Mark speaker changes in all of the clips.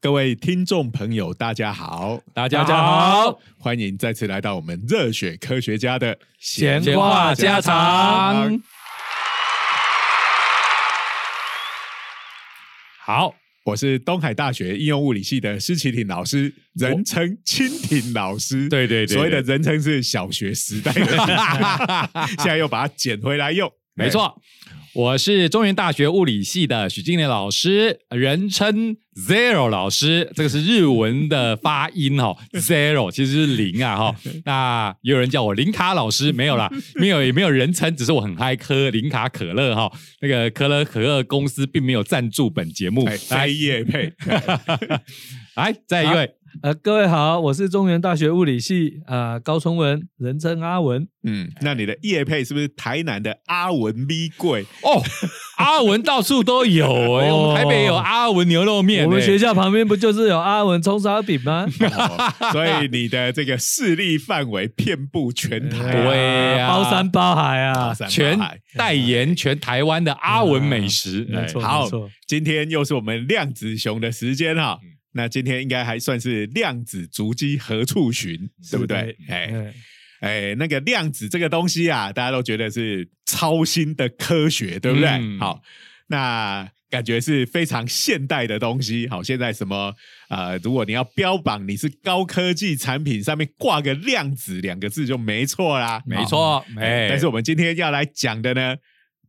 Speaker 1: 各位听众朋友，大家好，
Speaker 2: 大家好，
Speaker 1: 欢迎再次来到我们热血科学家的
Speaker 2: 闲话家常。好，
Speaker 1: 我是东海大学应用物理系的施启廷老师，人称蜻蜓老师。
Speaker 2: 对对对对
Speaker 1: 所谓的人称是小学时代 的蜻蜓，现在又把它捡回来用。
Speaker 2: 没错，我是中原大学物理系的许金莲老师，人称 Zero 老师，这个是日文的发音 哦，Zero 其实是零啊哈、那也有人叫我零卡老师，没有啦，没有也没有人称，只是我很嗨喝零卡可乐哈、那个可乐可乐公司并没有赞助本节目，
Speaker 1: 哎，非叶配，
Speaker 2: 来再一位，
Speaker 3: 呃，各位好，我是中原大学物理系呃高崇文，人称阿文。
Speaker 1: 嗯，那你的叶配是不是台南的阿文咪贵？
Speaker 2: 哦，阿文到处都有哎、 我们台北有阿文牛肉面、
Speaker 3: 我们
Speaker 2: 哎
Speaker 3: 学校旁边不就是有阿文葱烧饼 吗？
Speaker 1: 哦所以你的这个势力范围遍布全台、
Speaker 2: 对
Speaker 1: 啊，
Speaker 2: 啊
Speaker 3: 包山包海
Speaker 1: 大
Speaker 3: 啊，
Speaker 1: 山
Speaker 2: 全
Speaker 1: 大海
Speaker 2: 代言全台湾的阿文美食，
Speaker 3: 没错
Speaker 2: 哎
Speaker 1: 好
Speaker 3: 没错。
Speaker 1: 今天又是我们量子熊的时间哈、那今天应该还算是量子足迹何处寻，对不对？哎
Speaker 3: 哎，
Speaker 1: 哎，那个量子这个东西啊，大家都觉得是超新的科学，对不对？
Speaker 2: 嗯
Speaker 1: 好，那感觉是非常现代的东西。好，现在什么呃，如果你要标榜你是高科技产品，上面挂个量子两个字就没错啦，
Speaker 2: 没
Speaker 1: 好。
Speaker 2: 错，哎，
Speaker 1: 但是我们今天要来讲的呢，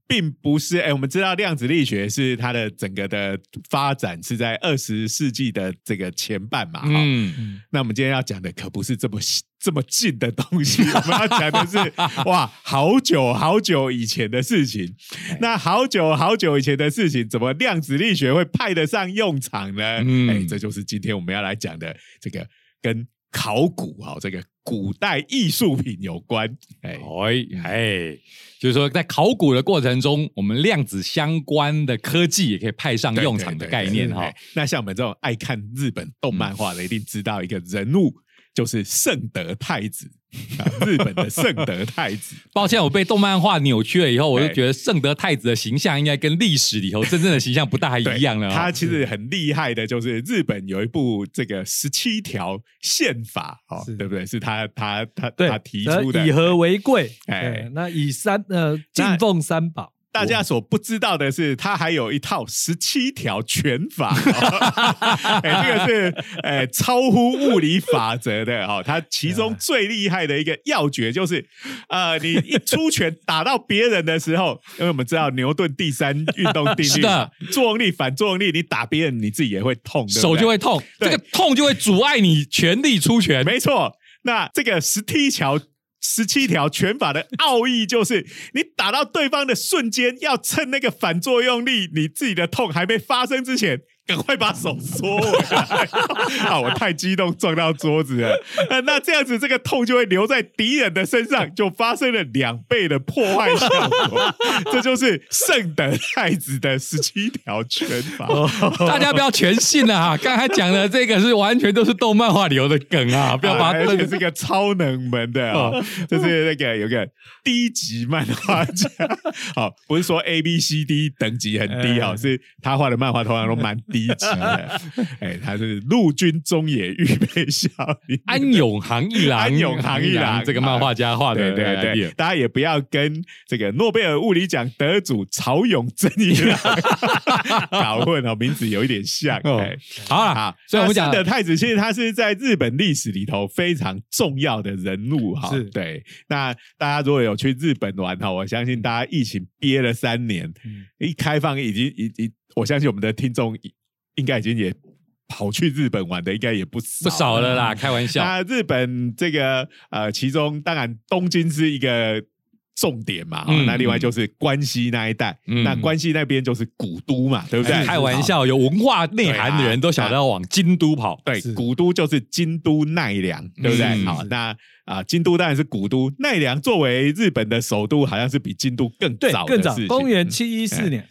Speaker 1: 并不是哎，我们知道量子力学是它的整个的发展是在二十世纪的这个前半嘛，哈、
Speaker 2: 嗯，
Speaker 3: 嗯
Speaker 1: 那我们今天要讲的可不是这么这么近的东西，我们要讲的 是哇，好久好久以前的事情。
Speaker 2: 哎
Speaker 1: 那好久好久以前的事情，怎么量子力学会派得上用场呢？
Speaker 2: 嗯
Speaker 1: 哎，这就是今天我们要来讲的这个跟考古哈、这个古代艺术品有关。哎，
Speaker 2: 哎哎，就是说在考古的过程中，我们量子相关的科技也可以派上
Speaker 1: 对
Speaker 2: 用
Speaker 1: 对
Speaker 2: 场的
Speaker 1: 对
Speaker 2: 概
Speaker 1: 对
Speaker 2: 念
Speaker 1: 是
Speaker 2: 哈
Speaker 1: 哎，那像我们这种爱看日本动漫画的，一定知道一个人物就是圣德太子， 啊日本的圣德太子。
Speaker 2: 抱歉，我被动漫画扭曲了以后，我就
Speaker 1: 哎
Speaker 2: 觉得圣德太子的形象应该跟历史里头真正的形象不大
Speaker 1: 对
Speaker 2: 一样了哦。
Speaker 1: 他其实很厉害的，就是日本有一部这个十七条宪法，哦，
Speaker 3: 是
Speaker 1: 对不对？是他他他
Speaker 3: 对
Speaker 1: 他提出
Speaker 2: 呃
Speaker 1: 的。
Speaker 3: 以和为贵，
Speaker 1: 哎
Speaker 3: 哎，那以三呃敬奉 三宝，
Speaker 1: 大家所不知道的是，他还有一套十七条拳 法，哦哎，这个是哎超乎物理法则的哦。他其中最厉害的一个要诀就是，呃，你一出拳打到别人的时候， 因为我们知道牛顿第三运动定
Speaker 2: 是
Speaker 1: 律
Speaker 2: 的
Speaker 1: 嘛，作用力反作用力，你打别人你自己也会痛，对不对
Speaker 2: 手就会痛，这
Speaker 1: 对
Speaker 2: 个痛就会阻碍你全力出拳。
Speaker 1: 没错，那这个十七条。十七条拳法的奥义就是，你打到对方的瞬间，要趁那个反作用力，你自己的痛还没发生之前，赶快把手缩回来。 啊，我太激动撞到桌子了。呃那这样子，这个痛就会留在敌人的身上，就发生了两倍的破坏效果。这就是圣德太子的十七条拳法。
Speaker 2: 大家不要全信了
Speaker 1: 啊
Speaker 2: 哈，刚才讲的这个是完全都是动漫化流的 梗啊，不要把它
Speaker 1: 而
Speaker 2: 当
Speaker 1: 且
Speaker 2: 成
Speaker 1: 是个超能门的、哦，就是那个有个低级漫画 家，好，不是说 A B C D 等级很低
Speaker 2: 哎
Speaker 1: 哦，
Speaker 3: 嗯
Speaker 1: 是他画的漫画通常都蛮低级 的，哎，他是陆军中野预备校里面
Speaker 2: 安永行一郎，
Speaker 1: 安永行一郎啊
Speaker 2: 这个漫画家画
Speaker 1: 对
Speaker 2: 的，
Speaker 1: 对
Speaker 2: 哎
Speaker 1: 对，，大家也不要跟这个诺贝尔物理奖得主曹永真一 样搞混哦，名字有一点像。
Speaker 2: 哦
Speaker 1: 哎
Speaker 2: 好
Speaker 1: 啊
Speaker 2: 啦，，所以我们讲
Speaker 1: 那圣德太子，其实他是在日本历史里头非常重要的人物哈。
Speaker 3: 是
Speaker 1: 对。那大家如果有去日本玩哈，我相信大家疫情憋了三年，
Speaker 3: 嗯
Speaker 1: 一开放已经已已，我相信我们的听众应该已经也跑去日本玩的，应该也不少
Speaker 2: 不少了啦，开玩笑，
Speaker 1: 那日本这个呃，其中当然东京是一个重点嘛，哦
Speaker 2: 嗯
Speaker 1: 那另外就是关西那一带，
Speaker 2: 嗯哎
Speaker 1: 那关西那边就是古都嘛，对不对？
Speaker 2: 开玩笑，有文化内涵的人都想要往京都跑，
Speaker 1: 对，啊
Speaker 3: 是
Speaker 1: 古都就是京都奈良，对不对？
Speaker 2: 嗯
Speaker 1: 好，
Speaker 3: 是
Speaker 1: 那啊、京都当然是古都，奈良作为日本的首都，好像是比京都更
Speaker 3: 对
Speaker 1: 早，的
Speaker 3: 更
Speaker 1: 事
Speaker 3: 早
Speaker 1: 情。，
Speaker 3: 公元
Speaker 1: 嗯
Speaker 3: 七一四年，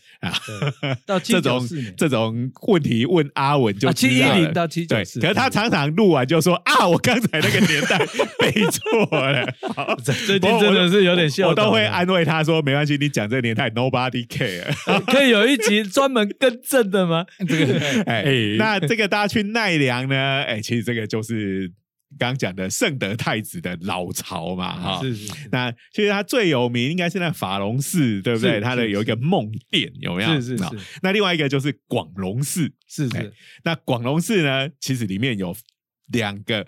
Speaker 3: 到
Speaker 1: 这
Speaker 3: 七九
Speaker 1: 种
Speaker 3: 四年，
Speaker 1: 这种问题问阿文就
Speaker 3: 啊
Speaker 1: 知
Speaker 3: 七一
Speaker 1: 道了
Speaker 3: 零到七
Speaker 1: 对，
Speaker 3: 九四，
Speaker 1: 可是他常常录完就说啊，我刚才那个年代 背错了。好
Speaker 3: 最近真的是有点笑，
Speaker 1: 我都会安慰他说没关系，你讲这个年代 nobody care。
Speaker 3: 可以有一集专门更正的吗？
Speaker 2: 这个
Speaker 1: 哎，那这个大家去奈良呢？哎，其实这个就是刚讲的圣德太子的老巢嘛，哈。
Speaker 3: 是是
Speaker 1: 那其实他最有名应该是那法隆寺，对不对？
Speaker 3: 是
Speaker 1: 他的
Speaker 3: 是
Speaker 1: 有一个梦殿，有没有？
Speaker 3: 是是
Speaker 1: 啊那另外一个就是广隆寺，
Speaker 3: 是是
Speaker 1: 哎
Speaker 3: 是，
Speaker 1: 那广隆寺呢，其实里面有两个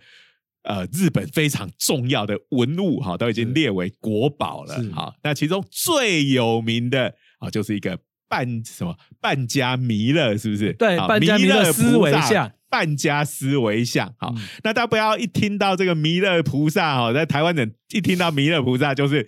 Speaker 1: 呃日本非常重要的文物哈，都已经
Speaker 3: 是
Speaker 1: 列为国宝了
Speaker 3: 是
Speaker 1: 哈。那其中最有名的啊，就是一个半什么半家弥勒，是不是？
Speaker 3: 对
Speaker 1: 啊
Speaker 3: 半家弥勒思维像。
Speaker 1: 弥勒菩萨半家思维像，好，
Speaker 3: 嗯
Speaker 1: 那大家不要一听到这个弥勒菩萨哦，在台湾人一听到弥勒菩萨就是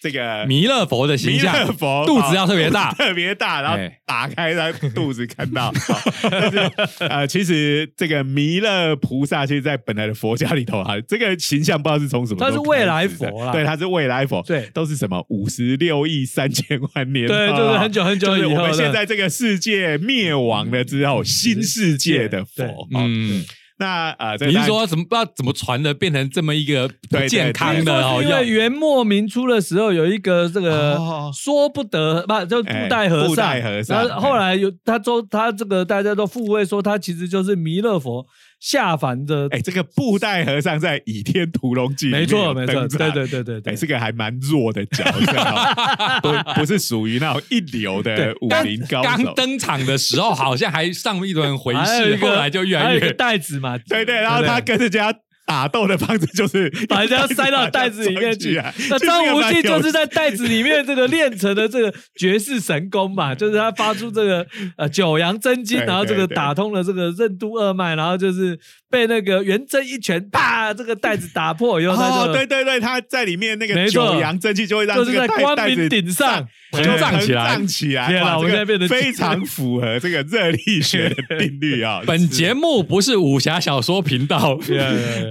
Speaker 1: 这个
Speaker 2: 弥勒佛的形
Speaker 1: 弥
Speaker 2: 象
Speaker 1: 勒，佛
Speaker 2: 肚子要特别大
Speaker 1: 啊肚子 特别大，然后
Speaker 2: 哎
Speaker 1: 打开他肚子看 到。好但是呃，其实这个弥勒菩萨，其实在本来的佛家里头啊，这个形象不知道是从什么时候
Speaker 3: 他是未来
Speaker 1: 开始的
Speaker 3: 佛啦
Speaker 1: 对，他是未来佛，
Speaker 3: 对
Speaker 1: 都是什么五十六亿三千万年，啊
Speaker 3: 对，就是很。久很久
Speaker 1: 就是
Speaker 3: 以
Speaker 1: 我
Speaker 3: 后
Speaker 1: 们
Speaker 3: 的，
Speaker 1: 现在这个世界灭亡了之后，新世界的佛
Speaker 3: 对。
Speaker 1: 好
Speaker 2: 嗯，
Speaker 1: 那啊，呃这个
Speaker 2: 你
Speaker 1: 当
Speaker 2: 是
Speaker 1: 然
Speaker 2: 说怎么不知道怎么传的变成这么一个不
Speaker 1: 对
Speaker 2: 健
Speaker 3: 听
Speaker 2: 康
Speaker 3: 说
Speaker 2: 的
Speaker 3: 是
Speaker 2: 哦？
Speaker 3: 因
Speaker 2: 要
Speaker 3: 为元末明初的时候有一个这个
Speaker 1: 哦
Speaker 3: 说不得，不就布袋
Speaker 1: 哎
Speaker 3: 和
Speaker 1: 布
Speaker 3: 尚，
Speaker 1: 袋和尚哎
Speaker 3: 然后后来有他说他这个大家都附会说他其实就是弥勒佛下凡的，
Speaker 1: 哎，这个布袋和尚在《倚天屠龙记》里面
Speaker 3: 没错
Speaker 1: 有
Speaker 3: 没错，
Speaker 1: 登
Speaker 3: 对
Speaker 1: 场
Speaker 3: 对对对
Speaker 1: 哎、
Speaker 3: 对，
Speaker 1: 这个还蛮弱的角色、哦，不不是属于那种一流的
Speaker 3: 对
Speaker 1: 武
Speaker 2: 刚
Speaker 1: 林高
Speaker 2: 刚
Speaker 1: 手。哎
Speaker 2: 登场的时候好像还上一轮回
Speaker 3: 还有
Speaker 2: 事，
Speaker 3: 一
Speaker 2: 后
Speaker 3: 个
Speaker 2: 来就越
Speaker 3: 还
Speaker 2: 来
Speaker 3: 有一个
Speaker 2: 越
Speaker 3: 袋子嘛，
Speaker 1: 对对，然后
Speaker 3: 对
Speaker 1: 他跟人家打斗的方式就是
Speaker 3: 把人家塞到袋子里面去。 那张无忌就是
Speaker 1: 在
Speaker 3: 在袋子里面这个练成的这个绝世神功嘛，就是他发出这个呃九阳真经，
Speaker 1: 对
Speaker 3: 然后这个
Speaker 1: 对
Speaker 3: 打通了这个任督二脉，然后就是被那个元真一拳啪这个袋子打破以后，他
Speaker 1: 哦，
Speaker 3: 就
Speaker 1: 对对对，他在里面那个
Speaker 3: 没错
Speaker 1: 九阳真气就会让
Speaker 3: 就
Speaker 1: 这
Speaker 3: 是
Speaker 1: 个
Speaker 3: 在
Speaker 1: 袋
Speaker 3: 光
Speaker 1: 袋子
Speaker 3: 明顶上，
Speaker 2: 膨
Speaker 1: 就
Speaker 2: 胀起来
Speaker 1: 膨胀起来，
Speaker 3: 天啊
Speaker 1: 哇
Speaker 3: 我
Speaker 1: 这
Speaker 3: 现在
Speaker 1: 个
Speaker 3: 变得
Speaker 1: 非常符合这个热力学的定律 啊、
Speaker 2: 本节目不是武侠小说频道。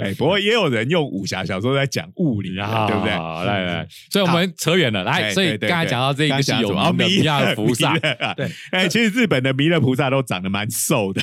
Speaker 1: 哎、不过也有人用武侠小说在讲物理啊，对不对？
Speaker 2: 好来来，所以我们扯远了，来，
Speaker 1: 哎
Speaker 2: 所以
Speaker 1: 对对
Speaker 2: 刚才
Speaker 1: 对
Speaker 2: 讲到这个
Speaker 1: 刚
Speaker 2: 是
Speaker 1: 讲
Speaker 2: 有
Speaker 1: 什么哦
Speaker 2: 名的弥勒菩萨
Speaker 1: 弥，勒啊
Speaker 3: 对
Speaker 1: 哎，其实日本的弥勒菩萨都长得蛮瘦 的。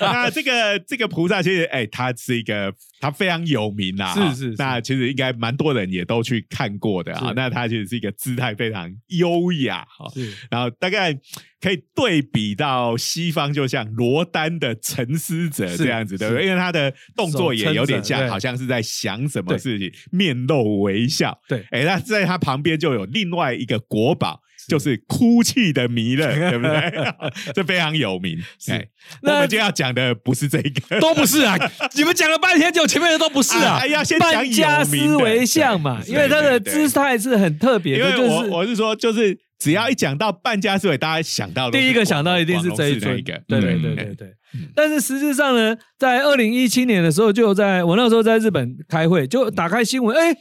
Speaker 1: 那这个这个菩萨其实，哎，他是一个他非常有名啦，
Speaker 3: 是
Speaker 1: 哈
Speaker 3: 是是
Speaker 1: 那其实应该蛮多人也都去看过的啊
Speaker 3: 是。
Speaker 1: 那他其实是一个姿态非常优雅哈，
Speaker 3: 是
Speaker 1: 然后大概可以对比到西方，就像罗丹的沉思者
Speaker 3: 是
Speaker 1: 这样子，对不对？
Speaker 3: 是
Speaker 1: 因为他的动作也有点
Speaker 3: 手撑
Speaker 1: 像，
Speaker 3: 着对
Speaker 1: 好像是在想什么
Speaker 3: 对
Speaker 1: 事情，面露微笑。
Speaker 3: 对
Speaker 1: 哎，那在他旁边就有另外一个国宝，就是哭泣的弥勒，对不对？ 这非常有 名。哎，我
Speaker 3: 那
Speaker 1: 们今天要讲的不是这个，
Speaker 2: 都不是啊！你们讲了半天，就前面的都不是啊
Speaker 1: 哎！要先讲
Speaker 3: 半家
Speaker 1: 有名
Speaker 3: 思
Speaker 1: 的
Speaker 3: 维像嘛，因为他的姿。态是很特别
Speaker 1: 对对对
Speaker 3: 的，
Speaker 1: 因为
Speaker 3: 就
Speaker 1: 我
Speaker 3: 是
Speaker 1: 我是说，就是只要一讲到半家思维，大家想到的
Speaker 3: 第一个想到一定是这一
Speaker 1: 那
Speaker 3: 尊
Speaker 1: 一个，
Speaker 3: 对
Speaker 2: 嗯
Speaker 3: 对对
Speaker 1: 哎
Speaker 3: 对对。但是实质上呢，在二零一七年的时候，就在我那时候在日本开会，就打开新
Speaker 1: 嗯
Speaker 3: 闻，哎，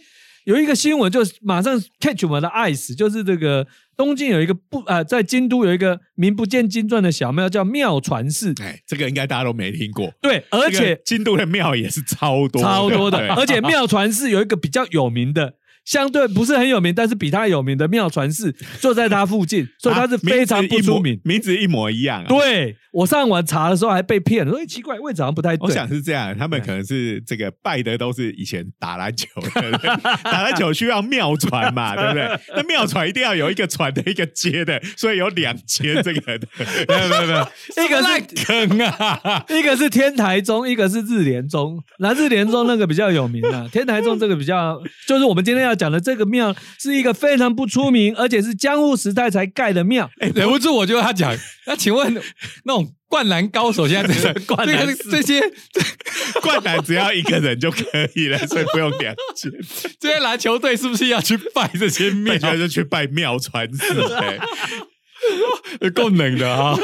Speaker 3: 有一个新闻就马上 catch 我们的 eyes，就是这个东京有一个不啊、在京都有一个名不见经传的小庙叫妙传寺，
Speaker 1: 哎，这个应该大家都没听过，
Speaker 3: 对，而
Speaker 1: 这个
Speaker 3: 且
Speaker 1: 京都的庙也是超多
Speaker 3: 超多的
Speaker 1: 对，
Speaker 3: 而且妙传寺有一个比较有名的。相对不是很有名，但是比它有名的妙传寺就在它 附近，所以它是非常不出名
Speaker 1: 啊。名字一模名字一模一样、啊。，
Speaker 3: 对我上网查的时候还被骗了，说哎奇怪，位置好像不太对。
Speaker 1: 我想是这样，他们可能是这个拜的都是以前打篮球的， 打篮球需要妙传嘛，对不对？那妙传一定要有一个传的一个接的，所以有两接这个 的。
Speaker 2: 没有没有没有，
Speaker 3: 一个
Speaker 2: 烂
Speaker 3: 是
Speaker 2: 梗啊！
Speaker 3: 一个是天台宗，一个是日莲宗。那日莲宗那个比较有名啊，天台宗这个比较，就是我们今天要讲的这个庙是一个非常不出名，而且是江户时代才盖的庙。
Speaker 2: 忍不住我就要讲，那请问那种灌篮高手现在这
Speaker 3: 灌篮
Speaker 2: 这个
Speaker 3: 四
Speaker 2: 这些
Speaker 1: 灌篮只要一个人就可以了，所以不用两接。
Speaker 2: 这些篮球队是不是要去拜这些庙
Speaker 1: 大？家就去拜妙传寺。 哎
Speaker 2: 够冷的啊！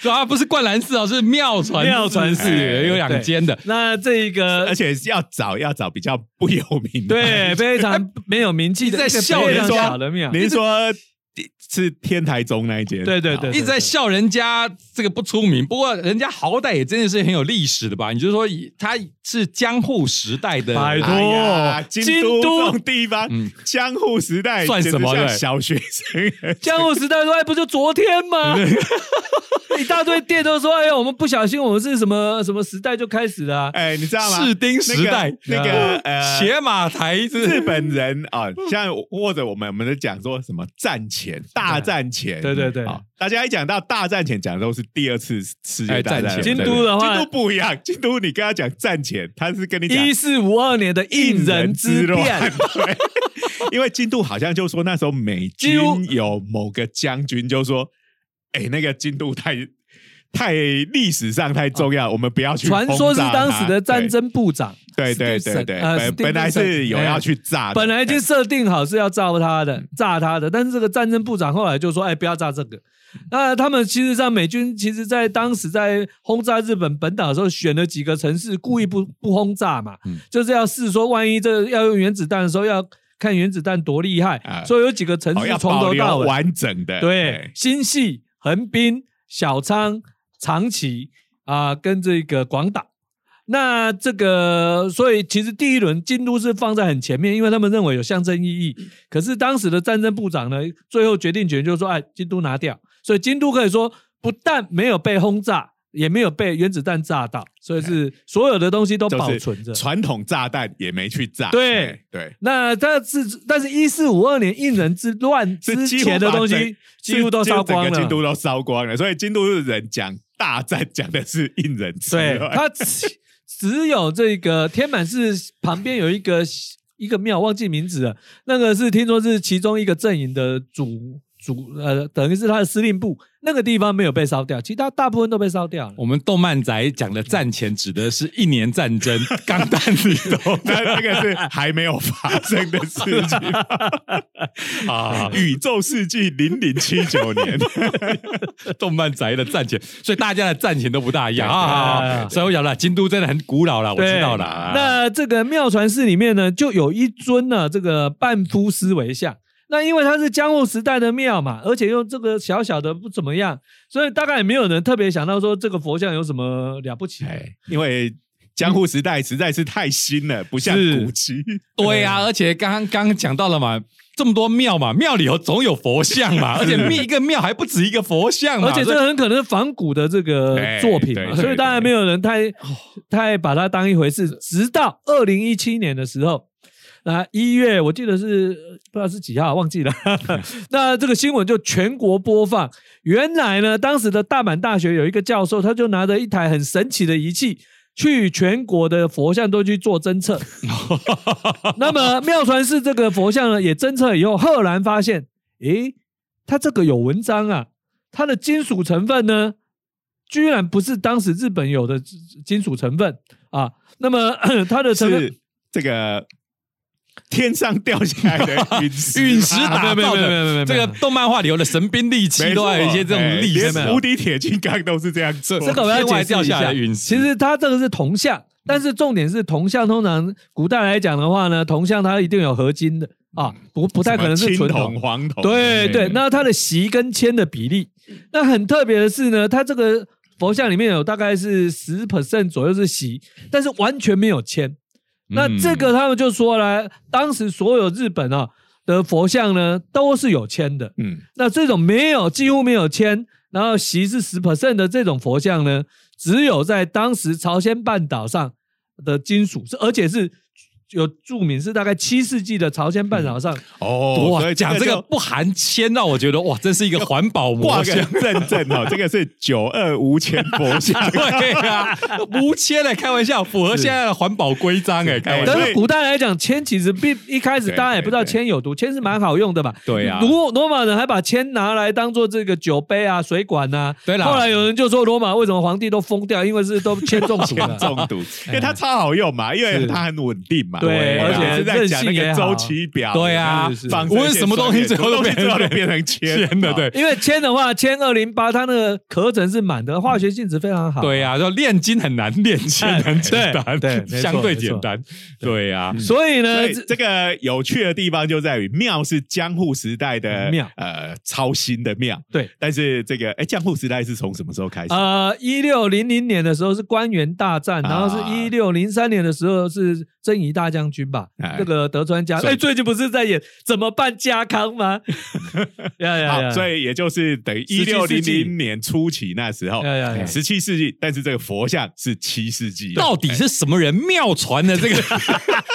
Speaker 2: 是啊，不是灌篮寺哦，是妙传
Speaker 3: 妙传
Speaker 2: 寺
Speaker 3: 寺
Speaker 2: 有两间的。
Speaker 3: 那这一
Speaker 1: 而
Speaker 3: 个
Speaker 1: 且要找要找比较不有名的。
Speaker 3: 对非常没有名气
Speaker 2: 你
Speaker 3: 的
Speaker 2: 在
Speaker 3: 一个
Speaker 2: 笑
Speaker 3: 非
Speaker 2: 人
Speaker 3: 常
Speaker 2: 说
Speaker 3: 小的庙，
Speaker 1: 您说是天台中那一间，啊
Speaker 3: 对对对
Speaker 2: 一直在笑人家这个不出名，不过人家好歹也真的是很有历史的吧？你就说以他是江户时代的，
Speaker 3: 拜托
Speaker 1: 哎呀京
Speaker 3: 京
Speaker 1: 都
Speaker 3: 都
Speaker 1: 这种地方，
Speaker 2: 哦嗯
Speaker 1: 江户时代
Speaker 2: 算什么
Speaker 1: 简直
Speaker 2: 对
Speaker 1: 像小学生，
Speaker 3: 江户时代说，哎，不就昨天吗？一大堆店都说，哎呀，我们不小心，我们是什么什么时代就开始了、啊。
Speaker 1: 哎，你知道吗？
Speaker 2: 士丁时代啊
Speaker 1: 那个那个呃，
Speaker 2: 写马台
Speaker 1: 日
Speaker 2: 是
Speaker 1: 本人啊，像或者我们我们在讲说什么战前、大战前，
Speaker 3: 对对对
Speaker 1: 啊，大家一讲到大战前，讲的都是第二次世界大
Speaker 2: 哎战
Speaker 1: 战。
Speaker 2: 前
Speaker 1: 对
Speaker 3: 京都的
Speaker 1: 京
Speaker 3: 话
Speaker 1: 都，不一样，京都你跟他讲战前，他是跟你讲
Speaker 3: 一四五二年的应人之变，
Speaker 1: 对， 因为京都好像就说那时候美
Speaker 3: 几乎
Speaker 1: 军有某个将军就说，哎，那个京都太太历史上太重要，我们不要去轰炸
Speaker 3: 啊传
Speaker 1: 它。
Speaker 3: 说是当时的战争部长，
Speaker 1: 对，对对对
Speaker 3: Stevenson，
Speaker 1: 对，
Speaker 3: 呃
Speaker 1: 本本来
Speaker 3: Stevenson，
Speaker 1: 是有要去炸的，
Speaker 3: 哎本来已经
Speaker 1: 哎
Speaker 3: 设定好是要炸他的，炸他的，但是这个战争部长后来就说：“哎，不要炸这个。”那他们其实上美军其实，在当时在轰炸日本本岛的时候，选了几个城市，故意不不轰炸嘛，
Speaker 2: 嗯
Speaker 3: 就是要试说，万一这要用原子弹的时候，要看原子弹多厉害。
Speaker 1: 啊
Speaker 3: 所以有几个城
Speaker 1: 哦
Speaker 3: 市
Speaker 1: 要
Speaker 3: 从
Speaker 1: 保
Speaker 3: 头
Speaker 1: 留
Speaker 3: 到尾，
Speaker 1: 完整的，哎
Speaker 3: 对，新系、横滨、小仓、长崎啊、跟这个广岛。那这个，所以其实第一轮京都是放在很前面，因为他们认为有象征意义。
Speaker 1: 嗯
Speaker 3: 可是当时的战争部长呢，最后决定权就是说，哎，京都拿掉。所以京都可以说不但没有被轰炸，也没有被原子弹炸到，所以是所有的东西都
Speaker 1: 哎就
Speaker 3: 保
Speaker 1: 是
Speaker 3: 存着。
Speaker 1: 传统炸弹也没去炸，
Speaker 3: 对
Speaker 1: 哎对，
Speaker 3: 那但是，但是，一四五二年应人之乱之
Speaker 1: 是几乎
Speaker 3: 前的
Speaker 1: 把
Speaker 3: 东
Speaker 1: 整
Speaker 3: 西几乎都
Speaker 1: 是
Speaker 3: 烧光
Speaker 1: 整
Speaker 3: 了，
Speaker 1: 个京都都烧光了，所以京都的人讲大战讲的是应人之
Speaker 3: 对，
Speaker 1: 乱
Speaker 3: 它只只有这个天满寺旁边有一个一个庙，忘记名字了。那个是听说是其中一个阵营的主主呃，等于是他的司令部，那个地方没有被烧掉，其他大部分都被烧掉了。
Speaker 2: 我们动漫宅讲的战前指的是一年战 争，钢弹里头
Speaker 1: 那那个是还没有发生的事 情啊！宇宙世纪零零七九 年，
Speaker 2: 动漫宅的战前，所以大家的战前都不大一样啊。
Speaker 3: 对
Speaker 2: 所以我讲了，京都真的很古老了，我
Speaker 3: 对
Speaker 2: 知道了啊。
Speaker 3: 那这个妙传寺里面呢，就有一尊呢这个半夫斯为像。那因为它是江户时代的庙嘛，而且又这个小小的不怎么样，所以大概也没有人特别想到说这个佛像有什么了不起。
Speaker 1: 哎，因为江户时代实在是太新了，不像
Speaker 2: 是
Speaker 1: 古籍。
Speaker 2: 对呀、而且刚刚刚刚讲到了嘛，这么多庙嘛，庙里头总有佛像嘛，而且一个庙还不止一个佛像嘛，
Speaker 3: 而且这
Speaker 2: 所以
Speaker 3: 个很可能是仿古的这个
Speaker 1: 哎
Speaker 3: 作品
Speaker 1: 对
Speaker 3: 嘛，
Speaker 1: 对
Speaker 3: 所以当然没有人太太把它当一回事。直到二零一七年的时候，那一月我记得是不知道是几号，忘记了。那这个新闻就全国播放。原来呢，当时的大阪大学有一个教授，他就拿着一台很神奇的仪器。去全国的佛像都去做侦测， 那么妙传寺这个佛像呢，也侦测以后，赫然发现，诶，它这个有文章啊，它的金属成分呢，居然不是当时日本有的金属成分啊。那么 它的成分
Speaker 1: 是这个天上掉下来 的陨石，
Speaker 2: 陨石
Speaker 1: 啊
Speaker 2: 打
Speaker 3: 没有
Speaker 2: 造
Speaker 3: 没有没有没有没
Speaker 2: 的
Speaker 3: 有
Speaker 2: 这个动漫画里头的神兵利器
Speaker 1: 没
Speaker 2: 都
Speaker 1: 错
Speaker 2: 有一些这种
Speaker 1: 哎
Speaker 2: 历史
Speaker 1: 连。无敌铁金刚都是这样做。
Speaker 3: 这个我要解释
Speaker 2: 天外掉
Speaker 3: 一
Speaker 2: 下来
Speaker 3: 下
Speaker 2: 的陨，石
Speaker 3: 其实它这个是铜像，但是重点是铜像通常古代来讲的话呢，铜像它一定有合金的啊，不不太可能是
Speaker 1: 青
Speaker 3: 纯
Speaker 1: 铜、
Speaker 3: 铜。
Speaker 1: 黄铜，
Speaker 3: 对对，
Speaker 1: 哎
Speaker 3: 那它的席跟铅的比例，那很特别的是呢，它这个佛像里面有大概是十 percent 左右是席，但是完全没有铅。那这个他们就说了，当时所有日本啊的佛像呢都是有铅的，
Speaker 1: 嗯，
Speaker 3: 那这种没有几乎没有铅，然后席是十 percent 的这种佛像呢，只有在当时朝鲜半岛上的金属是，而且是有注明是大概七世纪的朝鲜半岛上
Speaker 1: 哦，所
Speaker 2: 哇，
Speaker 1: 以
Speaker 2: 讲这
Speaker 1: 就
Speaker 2: 个不含铅，让我觉得哇，真是一个环保
Speaker 1: 挂
Speaker 2: 魔
Speaker 1: 个
Speaker 2: 像。。
Speaker 1: 认证哦，这个是九二无铅佛像
Speaker 2: 对啊，无铅的，开玩笑，符合现在的环保规章哎，开玩笑
Speaker 1: 对。
Speaker 3: 但是古代来讲，铅其实并一开始
Speaker 1: 对
Speaker 3: 大家也不知道
Speaker 1: 对对
Speaker 3: 铅有毒，铅是蛮好用的嘛。
Speaker 2: 对啊
Speaker 3: 罗罗马人还把铅拿来当做这个酒杯啊、水管呐、
Speaker 2: 对啦
Speaker 3: 后来有人就说，罗马为什么皇帝都疯掉？因为是都铅中毒
Speaker 1: 铅
Speaker 3: 了。
Speaker 2: 哎
Speaker 1: 中毒，因为它超好用嘛，因为它很稳定嘛，
Speaker 2: 嘛。
Speaker 3: 对
Speaker 1: 我
Speaker 3: 而
Speaker 1: 们
Speaker 3: 且
Speaker 1: 每次在讲那个周期表，
Speaker 2: 对啊
Speaker 3: 是是是
Speaker 1: 仿
Speaker 2: 无论什么东西最后都变成
Speaker 1: 变，最后都变成铅哦
Speaker 2: 铅的对
Speaker 3: 因为铅的话，铅二零八它那个壳层是满的，化学性质非常好。
Speaker 2: 对呀、就炼金很难，炼
Speaker 1: 哎
Speaker 2: 铅很简单，
Speaker 3: 对对没错
Speaker 2: 相对简单，对呀、
Speaker 3: 所以呢
Speaker 1: 所，以
Speaker 3: 呃这
Speaker 1: 这个有趣的地方就在于庙是江户时代的
Speaker 3: 庙
Speaker 1: 呃超新的庙。
Speaker 3: 对，
Speaker 1: 但是这个哎，江户时代是从什么时候开始？
Speaker 3: 呃，一六零零年的时候是官员大战，
Speaker 1: 啊
Speaker 3: 然后是一六零三年的时候是征夷大将军吧
Speaker 1: 哎，
Speaker 3: 这个德川家。
Speaker 1: 所以
Speaker 3: 哎，最近不是在演怎么办家康 吗？呀呀
Speaker 1: 好，
Speaker 3: 呀！
Speaker 1: 所以也就是等于一六
Speaker 3: 17世
Speaker 1: 零
Speaker 3: 纪哎
Speaker 1: 零年初期那时候
Speaker 3: 呀呀呀，
Speaker 1: 十七世纪，但是这个佛像是七世纪的，
Speaker 2: 到底是什么人妙传的这 个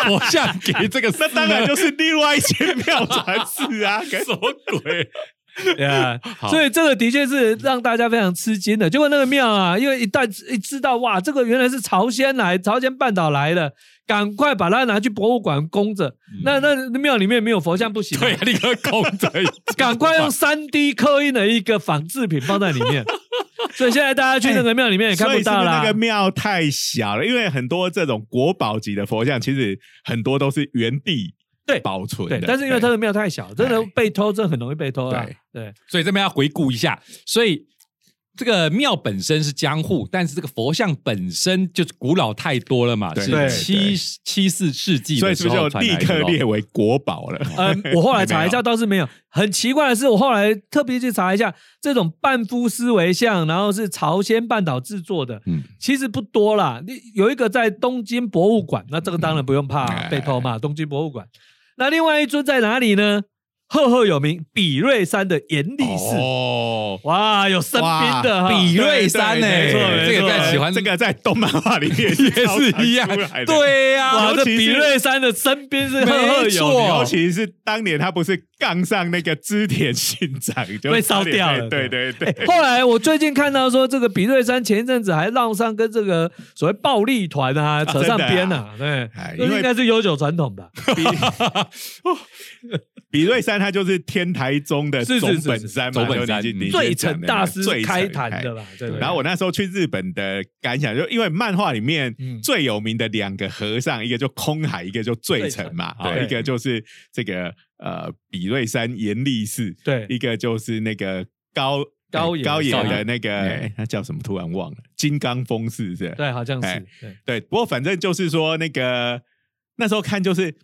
Speaker 2: 佛像给这个寺呢？
Speaker 1: 那当然就是另外一间庙传世 啊，什么鬼？
Speaker 3: 呀
Speaker 2: 好
Speaker 3: 所以这个的确是让大家非常吃惊的。结果那个庙啊，因为一旦一知道哇，这个原来是朝鲜来、朝鲜半岛来的，赶快把它拿去博物馆供着。
Speaker 1: 嗯
Speaker 3: 那那那庙里面没有佛像不行啊，
Speaker 2: 对啊，立刻空着，
Speaker 3: 赶快用三 D 刻印的一个仿制品放在里 面。所以现在大家去那个庙里面也看
Speaker 1: 所以
Speaker 3: 不
Speaker 1: 是
Speaker 3: 到
Speaker 1: 不是
Speaker 3: 啦
Speaker 1: 那个。庙太小了，因为很多这种国宝级的佛像，其实很多都是原地
Speaker 3: 对
Speaker 1: 保存的。
Speaker 3: 对，但是因为它的庙太小，真的被偷，真的很容易被偷啊
Speaker 1: 对。
Speaker 3: 对，
Speaker 2: 所以这边要回顾一下，所以这个庙本身是江户，但是这个佛像本身就是古老太多了嘛，
Speaker 1: 对
Speaker 2: 是
Speaker 3: 对
Speaker 2: 七七四世纪
Speaker 1: 哎所以
Speaker 2: 的
Speaker 1: 是
Speaker 2: 时
Speaker 1: 不是
Speaker 2: 候
Speaker 1: 就
Speaker 2: 传
Speaker 1: 立
Speaker 2: 来的
Speaker 1: 刻
Speaker 2: 咯
Speaker 1: 列为国宝了？
Speaker 3: 呃，我后来查一下，倒是没有。很奇怪的是，我后来特别去查一下，这种半夫斯为像，然后是朝鲜半岛制作的，
Speaker 2: 嗯
Speaker 3: 其实不多啦。你有一个在东京博物馆，那这个当然不用怕
Speaker 1: 嗯
Speaker 3: 被偷嘛，东京博物馆。那另外一尊在哪里呢？赫赫有名，比瑞山的严力士。
Speaker 2: 哦，
Speaker 3: 哇，有生兵的哈，
Speaker 1: 哇
Speaker 2: 比瑞山呢、
Speaker 1: 对对
Speaker 3: 没错
Speaker 2: 这个
Speaker 3: 没错
Speaker 2: 在喜欢
Speaker 1: 这个在动漫画里面
Speaker 2: 也 是一样
Speaker 1: 超常出来，的
Speaker 2: 对呀、
Speaker 3: 哇，
Speaker 1: 尤
Speaker 3: 这
Speaker 1: 其是
Speaker 3: 比瑞山的生兵是赫赫
Speaker 2: 没
Speaker 3: 有
Speaker 2: 错
Speaker 3: 名，
Speaker 1: 尤其是当年他不是杠上那个织田信长，就
Speaker 3: 被烧掉了
Speaker 1: 对对对
Speaker 3: 哎后来我最近看到说，这个比瑞山前一阵子还浪上跟这个所谓暴力团啊扯上边了、对
Speaker 1: 哎，
Speaker 3: 这
Speaker 1: 因为
Speaker 3: 应该是悠久传统吧？
Speaker 1: 比瑞山他就是天台宗的
Speaker 3: 是是
Speaker 1: 总
Speaker 3: 是是
Speaker 1: 本山嘛，
Speaker 2: 总本山
Speaker 1: 就你
Speaker 2: 嗯
Speaker 1: 你
Speaker 3: 最
Speaker 1: 先讲
Speaker 3: 成
Speaker 1: 的
Speaker 3: 大
Speaker 1: 嘛
Speaker 3: 师
Speaker 1: 最成
Speaker 3: 开坛的
Speaker 1: 哎
Speaker 3: 吧？对对。
Speaker 1: 然后我那时候去日本的感想，就因为漫画里面
Speaker 3: 嗯
Speaker 1: 最有名的两个和尚，一个就空海，一个就醉
Speaker 3: 醉
Speaker 1: 城
Speaker 3: 城
Speaker 1: 嘛，啊，
Speaker 3: 对
Speaker 1: 一个就是这个呃比瑞山严力士，
Speaker 3: 对
Speaker 1: 一个就是那个高
Speaker 3: 高
Speaker 1: 哎
Speaker 3: 野
Speaker 1: 高野
Speaker 2: 少
Speaker 1: 的
Speaker 2: 爷
Speaker 1: 那个
Speaker 2: 嗯
Speaker 1: 哎他叫什么？突然忘了，金刚峰是不是？
Speaker 3: 对，好像
Speaker 1: 哎
Speaker 3: 是对
Speaker 1: 对，不过反正就是说，那个那时候看就是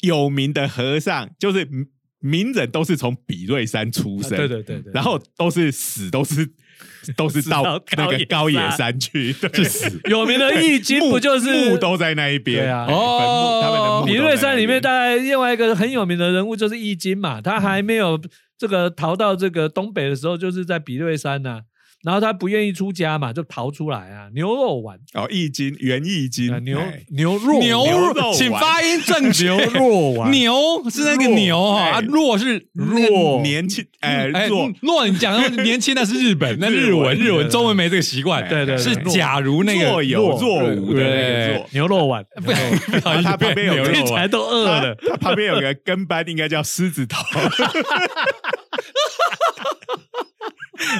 Speaker 1: 有名的和尚，就是名名人都是从比瑞山出
Speaker 3: 啊
Speaker 1: 生，
Speaker 3: 对对对对，
Speaker 1: 然后都是死都是都是
Speaker 3: 到
Speaker 1: 到
Speaker 3: 高
Speaker 1: 那
Speaker 3: 野
Speaker 1: 个高野
Speaker 3: 山
Speaker 1: 山去， 对，
Speaker 3: 有 名的易经不就是
Speaker 1: 墓都在那一边
Speaker 3: 对啊
Speaker 1: 哎坟墓他们的墓都在那
Speaker 3: 比瑞山里面，
Speaker 1: 边
Speaker 3: 大概另外一个很有名的人物就是易经嘛，他还没有这个逃到这个东北的时候，就是在比瑞山呐、啊然后他不愿意出家嘛，就逃出来啊，牛肉丸，
Speaker 1: 哦，易经原易经
Speaker 3: 啊、牛
Speaker 1: 哎
Speaker 3: 牛
Speaker 2: 牛
Speaker 3: 肉
Speaker 1: 牛
Speaker 2: 肉
Speaker 1: 肉，丸
Speaker 2: 请发音正确。牛
Speaker 3: 肉丸
Speaker 2: 牛是那个牛哈，啊若是那个
Speaker 1: 弱年轻哎
Speaker 2: 哎
Speaker 1: 弱
Speaker 2: 若你讲的年轻那是日本，那日文
Speaker 1: 日文
Speaker 2: 日文中文没这个习惯，
Speaker 3: 对对对
Speaker 2: 是假如那个
Speaker 1: 若有若无的那个
Speaker 2: 对
Speaker 1: 若。
Speaker 3: 牛肉丸，
Speaker 2: 不不好
Speaker 1: 然后
Speaker 2: 意思
Speaker 1: 它，旁边有
Speaker 2: 变牛
Speaker 3: 听
Speaker 2: 肉
Speaker 3: 起
Speaker 2: 丸
Speaker 3: 来都饿了。
Speaker 1: 啊他旁边有个跟班，应该叫狮子头。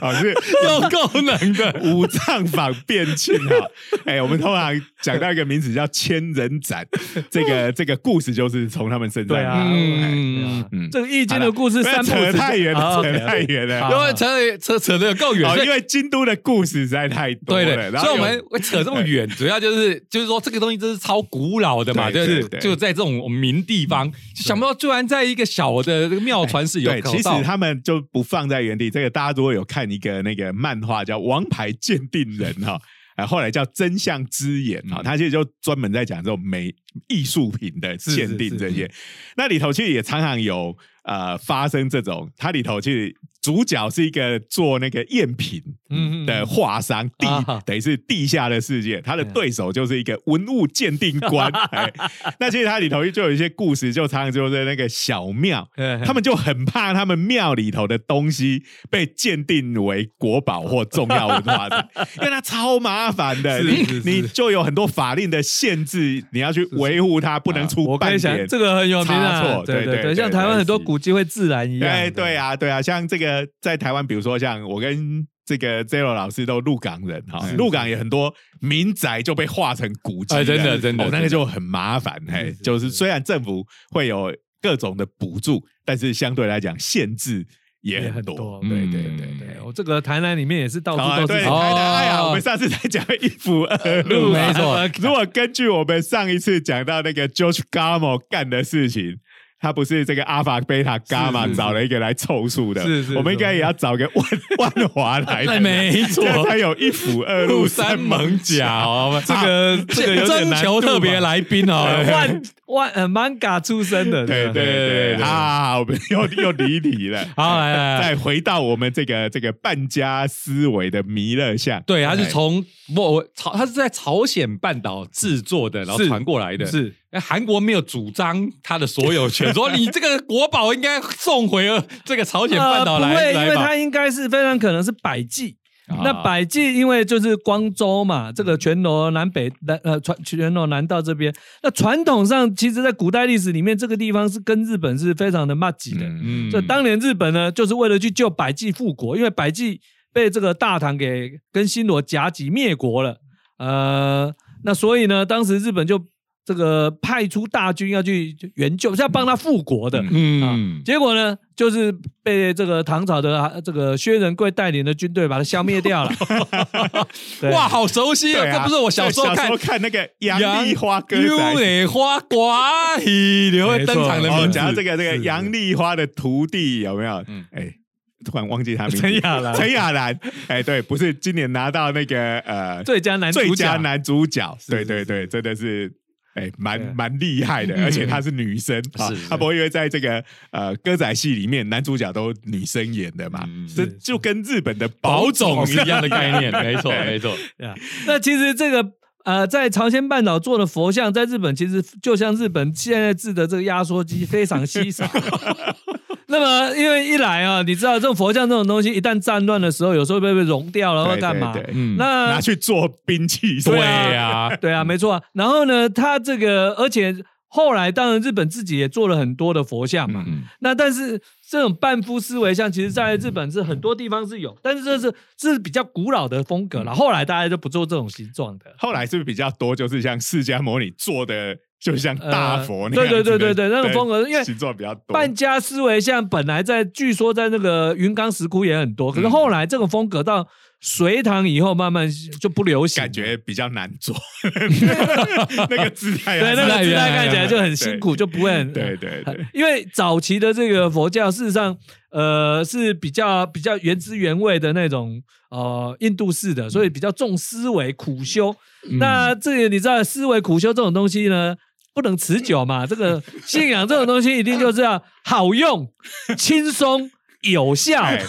Speaker 1: 哦，是
Speaker 2: 有够能的，
Speaker 1: 五脏坊变庆啊！哎，我们通常讲到一个名字叫千人斩，这个这个故事就是从他们身上
Speaker 3: 对啊，
Speaker 2: 嗯
Speaker 3: 嗯，这个易经的故事
Speaker 1: 不要
Speaker 3: 三步
Speaker 1: 扯
Speaker 3: 之
Speaker 1: 太远
Speaker 3: 啊
Speaker 1: 了，
Speaker 3: ，OK，
Speaker 1: 扯太远
Speaker 3: 好
Speaker 1: 了。
Speaker 2: 因为扯扯扯的够远，
Speaker 1: 哦，
Speaker 2: 所以
Speaker 1: 因为京都的故事实在太多
Speaker 2: 对
Speaker 1: 了，
Speaker 2: 的，
Speaker 1: 然后
Speaker 2: 所以我
Speaker 1: 又
Speaker 2: 们会扯这么远，主要就是就是说这个东西真是超古老的嘛，就
Speaker 1: 对
Speaker 2: 是
Speaker 1: 对对
Speaker 2: 就在这种民地方，想不到居然在一个小的这个庙传是有
Speaker 1: 对，
Speaker 2: 搞
Speaker 1: 其实
Speaker 2: 到
Speaker 1: 他们就不放在原地。这个大家如果有看一个那个漫画叫《王牌鉴定人》哈、啊，后来叫《真相之眼》哈、
Speaker 2: 嗯
Speaker 1: 他其实就专门在讲这种美艺术品的鉴定这些。
Speaker 3: 是
Speaker 2: 嗯
Speaker 3: 是
Speaker 1: 那里头其实也常常有呃发生这种，它里头其实主角是一个做那个赝品。
Speaker 3: 嗯嗯嗯
Speaker 1: 的画商地、
Speaker 3: 啊
Speaker 1: 等于是地下的世界，他的对手就是一个文物鉴定 官。哎，那其实它里头就有一些故事，就常常就是那个小庙，
Speaker 3: 嗯
Speaker 1: 他们就很怕他们庙里头的东西被鉴定为国宝或重要文 化财，因为它超麻烦的，
Speaker 3: 是
Speaker 1: 你
Speaker 3: 是是
Speaker 1: 你就有很多法令的限制，你要去维护它，不能出
Speaker 3: 啊我
Speaker 1: 半
Speaker 3: 跟你
Speaker 1: 点
Speaker 3: 讲，。这个很有名
Speaker 1: 差
Speaker 3: 啊
Speaker 1: 错，对
Speaker 3: 对
Speaker 1: 对
Speaker 3: 对，像
Speaker 1: 对
Speaker 3: 台湾很多
Speaker 1: 对哎
Speaker 3: 古迹会自然一样，
Speaker 1: 啊哎，对，啊，对啊，像这个在台湾，比如说像我跟这个 Zero 老师都鹿港人哈
Speaker 2: 是，
Speaker 1: 鹿港也很多民宅就被划成古迹了，
Speaker 2: 哎真的真的
Speaker 1: 哦那个就很麻烦，
Speaker 3: 是
Speaker 1: 嘿
Speaker 3: 是，
Speaker 1: 就是虽然政府会有各种的补助，但是相对来讲限制也很多，
Speaker 3: 也很多
Speaker 1: 对
Speaker 2: 嗯
Speaker 1: 对对对
Speaker 3: 对，。我这个台南里面也是到
Speaker 1: 好啊
Speaker 3: 处都
Speaker 1: 对，
Speaker 3: 是
Speaker 1: 台
Speaker 2: 哦
Speaker 3: 草，
Speaker 1: 南哎呀，我们上次才讲一府二路嘛，
Speaker 2: 没错
Speaker 1: 如果根据我们上一次讲到那个 George Gamo 干的事情，他不是这个阿法、贝塔、伽马
Speaker 2: 是是
Speaker 1: 找了一个来凑数的，
Speaker 3: 是是
Speaker 1: 我们应该也要找个万万华来的，
Speaker 2: 哎没错
Speaker 1: 这样才有一府二路三猛甲。
Speaker 2: 哦，
Speaker 3: 这个这个有点
Speaker 2: 征
Speaker 3: 难
Speaker 2: 求
Speaker 3: 度
Speaker 1: 啊
Speaker 2: 特别
Speaker 3: 嘛
Speaker 2: 来宾 哦，
Speaker 3: 万万呃 manga 出身的，
Speaker 1: 对
Speaker 3: 吧
Speaker 1: 对对
Speaker 2: 对哎
Speaker 1: 对，
Speaker 2: 对
Speaker 1: 啊，我们又又离题 了。
Speaker 2: 好来来来
Speaker 1: 再回到我们这个这个半家思维的弥勒像，
Speaker 2: 对，他是
Speaker 1: 哎
Speaker 2: 从我朝，他是在朝鲜半岛制作的，然后
Speaker 3: 是
Speaker 2: 传过来的。
Speaker 3: 是
Speaker 2: 哎，韩国没有主张他的所有权，说你这个国宝应该送回呃这个朝鲜半
Speaker 1: 啊
Speaker 2: 岛
Speaker 3: 呃
Speaker 2: 来、
Speaker 3: 不会，因
Speaker 2: 来
Speaker 3: 为
Speaker 2: 吧。
Speaker 3: 它应该是非常可能是百济。那
Speaker 2: 啊
Speaker 3: 百济因为就是光州嘛，这个全罗南北南呃传全罗南道这边，那传统上其实在古代历史里面，这个地方是跟日本是非常的密集的。
Speaker 1: 嗯，
Speaker 3: 这当年日本呢，就是为了去救百济复国，因为百济被这个大唐给跟新罗夹击灭国了。呃，那所以呢，当时日本就这个派出大军要去援救，是要帮他复国的。
Speaker 2: 嗯，
Speaker 3: 结果呢，就是被这个唐朝的啊这个薛仁贵带领的军队把它消灭掉了。 对
Speaker 2: 哇，，好熟悉哦，
Speaker 1: 对
Speaker 2: 这
Speaker 1: 啊
Speaker 2: 不是我小时候
Speaker 1: 对
Speaker 2: 看
Speaker 1: 小时候看那个杨丽花歌仔
Speaker 2: 幽
Speaker 1: 戏。
Speaker 2: 蕾花瓜里留会登场的
Speaker 1: 哦，
Speaker 2: 名字。
Speaker 1: 讲到这个这个
Speaker 3: 是
Speaker 1: 杨丽花的徒弟有没有？
Speaker 2: 嗯
Speaker 1: 哎，突然忘记他名字。
Speaker 3: 陈亚兰
Speaker 1: 陈亚兰，哎，对，不是今年拿到那个呃
Speaker 3: 最佳男主角
Speaker 1: 最佳男主角，
Speaker 3: 是
Speaker 1: 对
Speaker 3: 是
Speaker 1: 对
Speaker 3: 是
Speaker 1: 对，真的是。哎，蛮
Speaker 3: 对嗯
Speaker 1: 蛮厉害的，而且她是女生啊
Speaker 2: 是是，
Speaker 1: 她不会因为在这个呃歌仔戏里面，男主角都女生演的嘛
Speaker 2: 嗯，
Speaker 1: 这
Speaker 3: 是
Speaker 1: 就跟日本的
Speaker 2: 宝
Speaker 1: 宝
Speaker 2: 冢
Speaker 1: 冢
Speaker 2: 是一样的概念，没错，
Speaker 1: 对
Speaker 2: 没 错。
Speaker 3: 啊那其实这个呃，在朝鲜半岛做的佛像，在日本其实就像日本现在制的这个压缩机非常 稀少。 那么，因为一来啊，你知道这种佛像这种东西，一旦战乱的时候，有时候被被融掉了，
Speaker 1: 对
Speaker 3: 会干嘛？
Speaker 1: 对对
Speaker 2: 嗯，
Speaker 3: 那
Speaker 1: 拿去做兵器，
Speaker 2: 对
Speaker 1: 啊
Speaker 2: 呀，
Speaker 3: 对啊，没错、啊。然后呢，他这个，而且后来当然日本自己也做了很多的佛像嘛。
Speaker 2: 嗯
Speaker 3: 那但是这种半夫思维像，其实在日本是很多地方是有，但是这是这是比较古老的风格了。后来大家就不做这种形状的。
Speaker 1: 后来是不是比较多，就是像释迦牟尼做的，就像大佛那
Speaker 3: 呃
Speaker 1: 样子的、
Speaker 3: 对对对对对那个风格因为
Speaker 1: 形状比较多。
Speaker 3: 半家思维像本来在据说在那个云冈石窟也很多，可
Speaker 1: 嗯
Speaker 3: 是后来这个风格到隋唐以后慢慢就不流行了，
Speaker 1: 感觉比较难 做，那个姿态啊，
Speaker 3: 对那
Speaker 2: 自然原来
Speaker 3: 个姿态看起来
Speaker 2: 原来
Speaker 3: 就很辛苦，就不会很
Speaker 1: 对对 对，
Speaker 3: 因为早期的这个佛教，事实上，呃，是比较比较原汁原味的那种，呃，印度式的，所以比较重思维苦修。那这个你知道，思维苦修这种东西呢，不能持久嘛。这个信仰这种东西，一定就是要好用、轻松、有效
Speaker 1: 哎、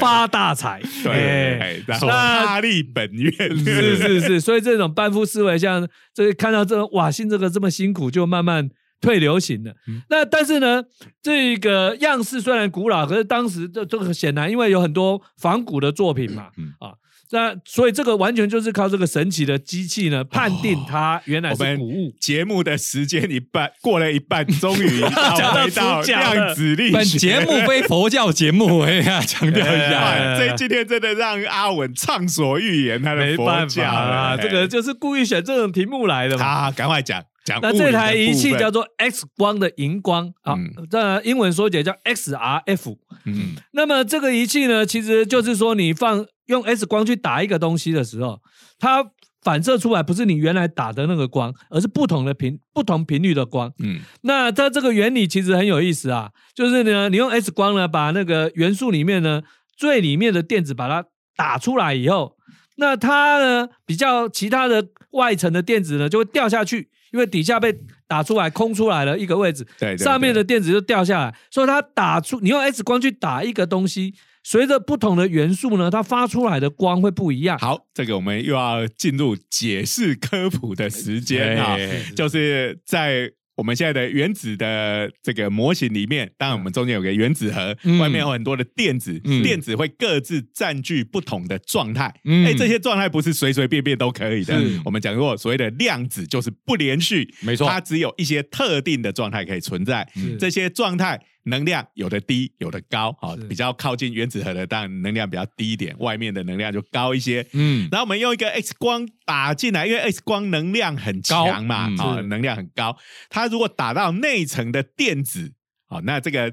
Speaker 3: 发大财。
Speaker 1: 对
Speaker 3: 哎
Speaker 1: 哎，然后
Speaker 3: 那
Speaker 1: 大力本愿
Speaker 3: 是是是，所以这种半夫思维，像这个看到这种哇，信这个这么辛苦，就慢慢退流行了。
Speaker 1: 嗯
Speaker 3: 那但是呢，这个样式虽然古老，可是当时这这个显然因为有很多仿古的作品嘛，
Speaker 2: 嗯
Speaker 3: 啊，那所以这个完全就是靠这个神奇的机器呢，判定它原来
Speaker 1: 哦我
Speaker 3: 是
Speaker 1: 们
Speaker 3: 古物。
Speaker 1: 节目的时间一半过了一半，终于
Speaker 3: 讲到
Speaker 1: 回到
Speaker 3: 主角了
Speaker 1: 量子力学。
Speaker 2: 本节目非佛教节目，哎呀，强调一
Speaker 1: 哇
Speaker 2: 下。
Speaker 3: 哎
Speaker 1: 这今天真的让阿文畅所欲言，他的
Speaker 3: 没
Speaker 1: 佛
Speaker 3: 办
Speaker 1: 教
Speaker 3: 法啊，
Speaker 1: 了
Speaker 3: 这个就是故意选这种题目来的嘛。
Speaker 1: 啊，赶快讲讲物理
Speaker 3: 那
Speaker 1: 的部
Speaker 3: 这
Speaker 1: 分。
Speaker 3: 台仪器叫做 X 光的荧光啊
Speaker 1: 嗯，
Speaker 3: 这英文缩写叫 XRF。
Speaker 1: 嗯
Speaker 3: 那么这个仪器呢，其实就是说你放用 X 光去打一个东西的时候，它反射出来不是你原来打的那个光，而是不同的频不同频率的光。
Speaker 1: 嗯
Speaker 3: 那它这个原理其实很有意思啊，就是呢，你用 X 光呢把那个元素里面呢最里面的电子把它打出来以后，那它呢比较其他的外层的电子呢就会掉下去，因为底下被打出来空出来了一个位置，
Speaker 1: 哎对对对
Speaker 3: 上面的电子就掉下来，所以它打出你用 X 光去打一个东西，随着不同的元素呢，它发出来的光会不一样。
Speaker 1: 好，这个我们又要进入解释科普的时间啊
Speaker 2: 哎，
Speaker 1: 就是在。我们现在的原子的这个模型里面，当然我们中间有个原子核，
Speaker 2: 嗯
Speaker 1: 外面有很多的电子，
Speaker 2: 嗯
Speaker 1: 电子会各自占据不同的状态。哎、
Speaker 2: 嗯
Speaker 1: 这些状态不是随随便便都可以的
Speaker 2: 是。
Speaker 1: 我们讲过，所谓的量子就是不连续，
Speaker 2: 没错嗯
Speaker 1: 它只有一些特定的状态可以存在
Speaker 3: 是。
Speaker 1: 这些状态能量有的低，有的高，好、
Speaker 3: 是
Speaker 1: 比较靠近原子核的，当然能量比较低一点，外面的能量就高一些。
Speaker 2: 嗯，
Speaker 1: 然后我们用一个 X 光打进来，因为 X 光能量很强嘛，
Speaker 2: 高嗯
Speaker 1: 啊、
Speaker 3: 是
Speaker 1: 能量很高。它如果打到内层的电子，好、那这个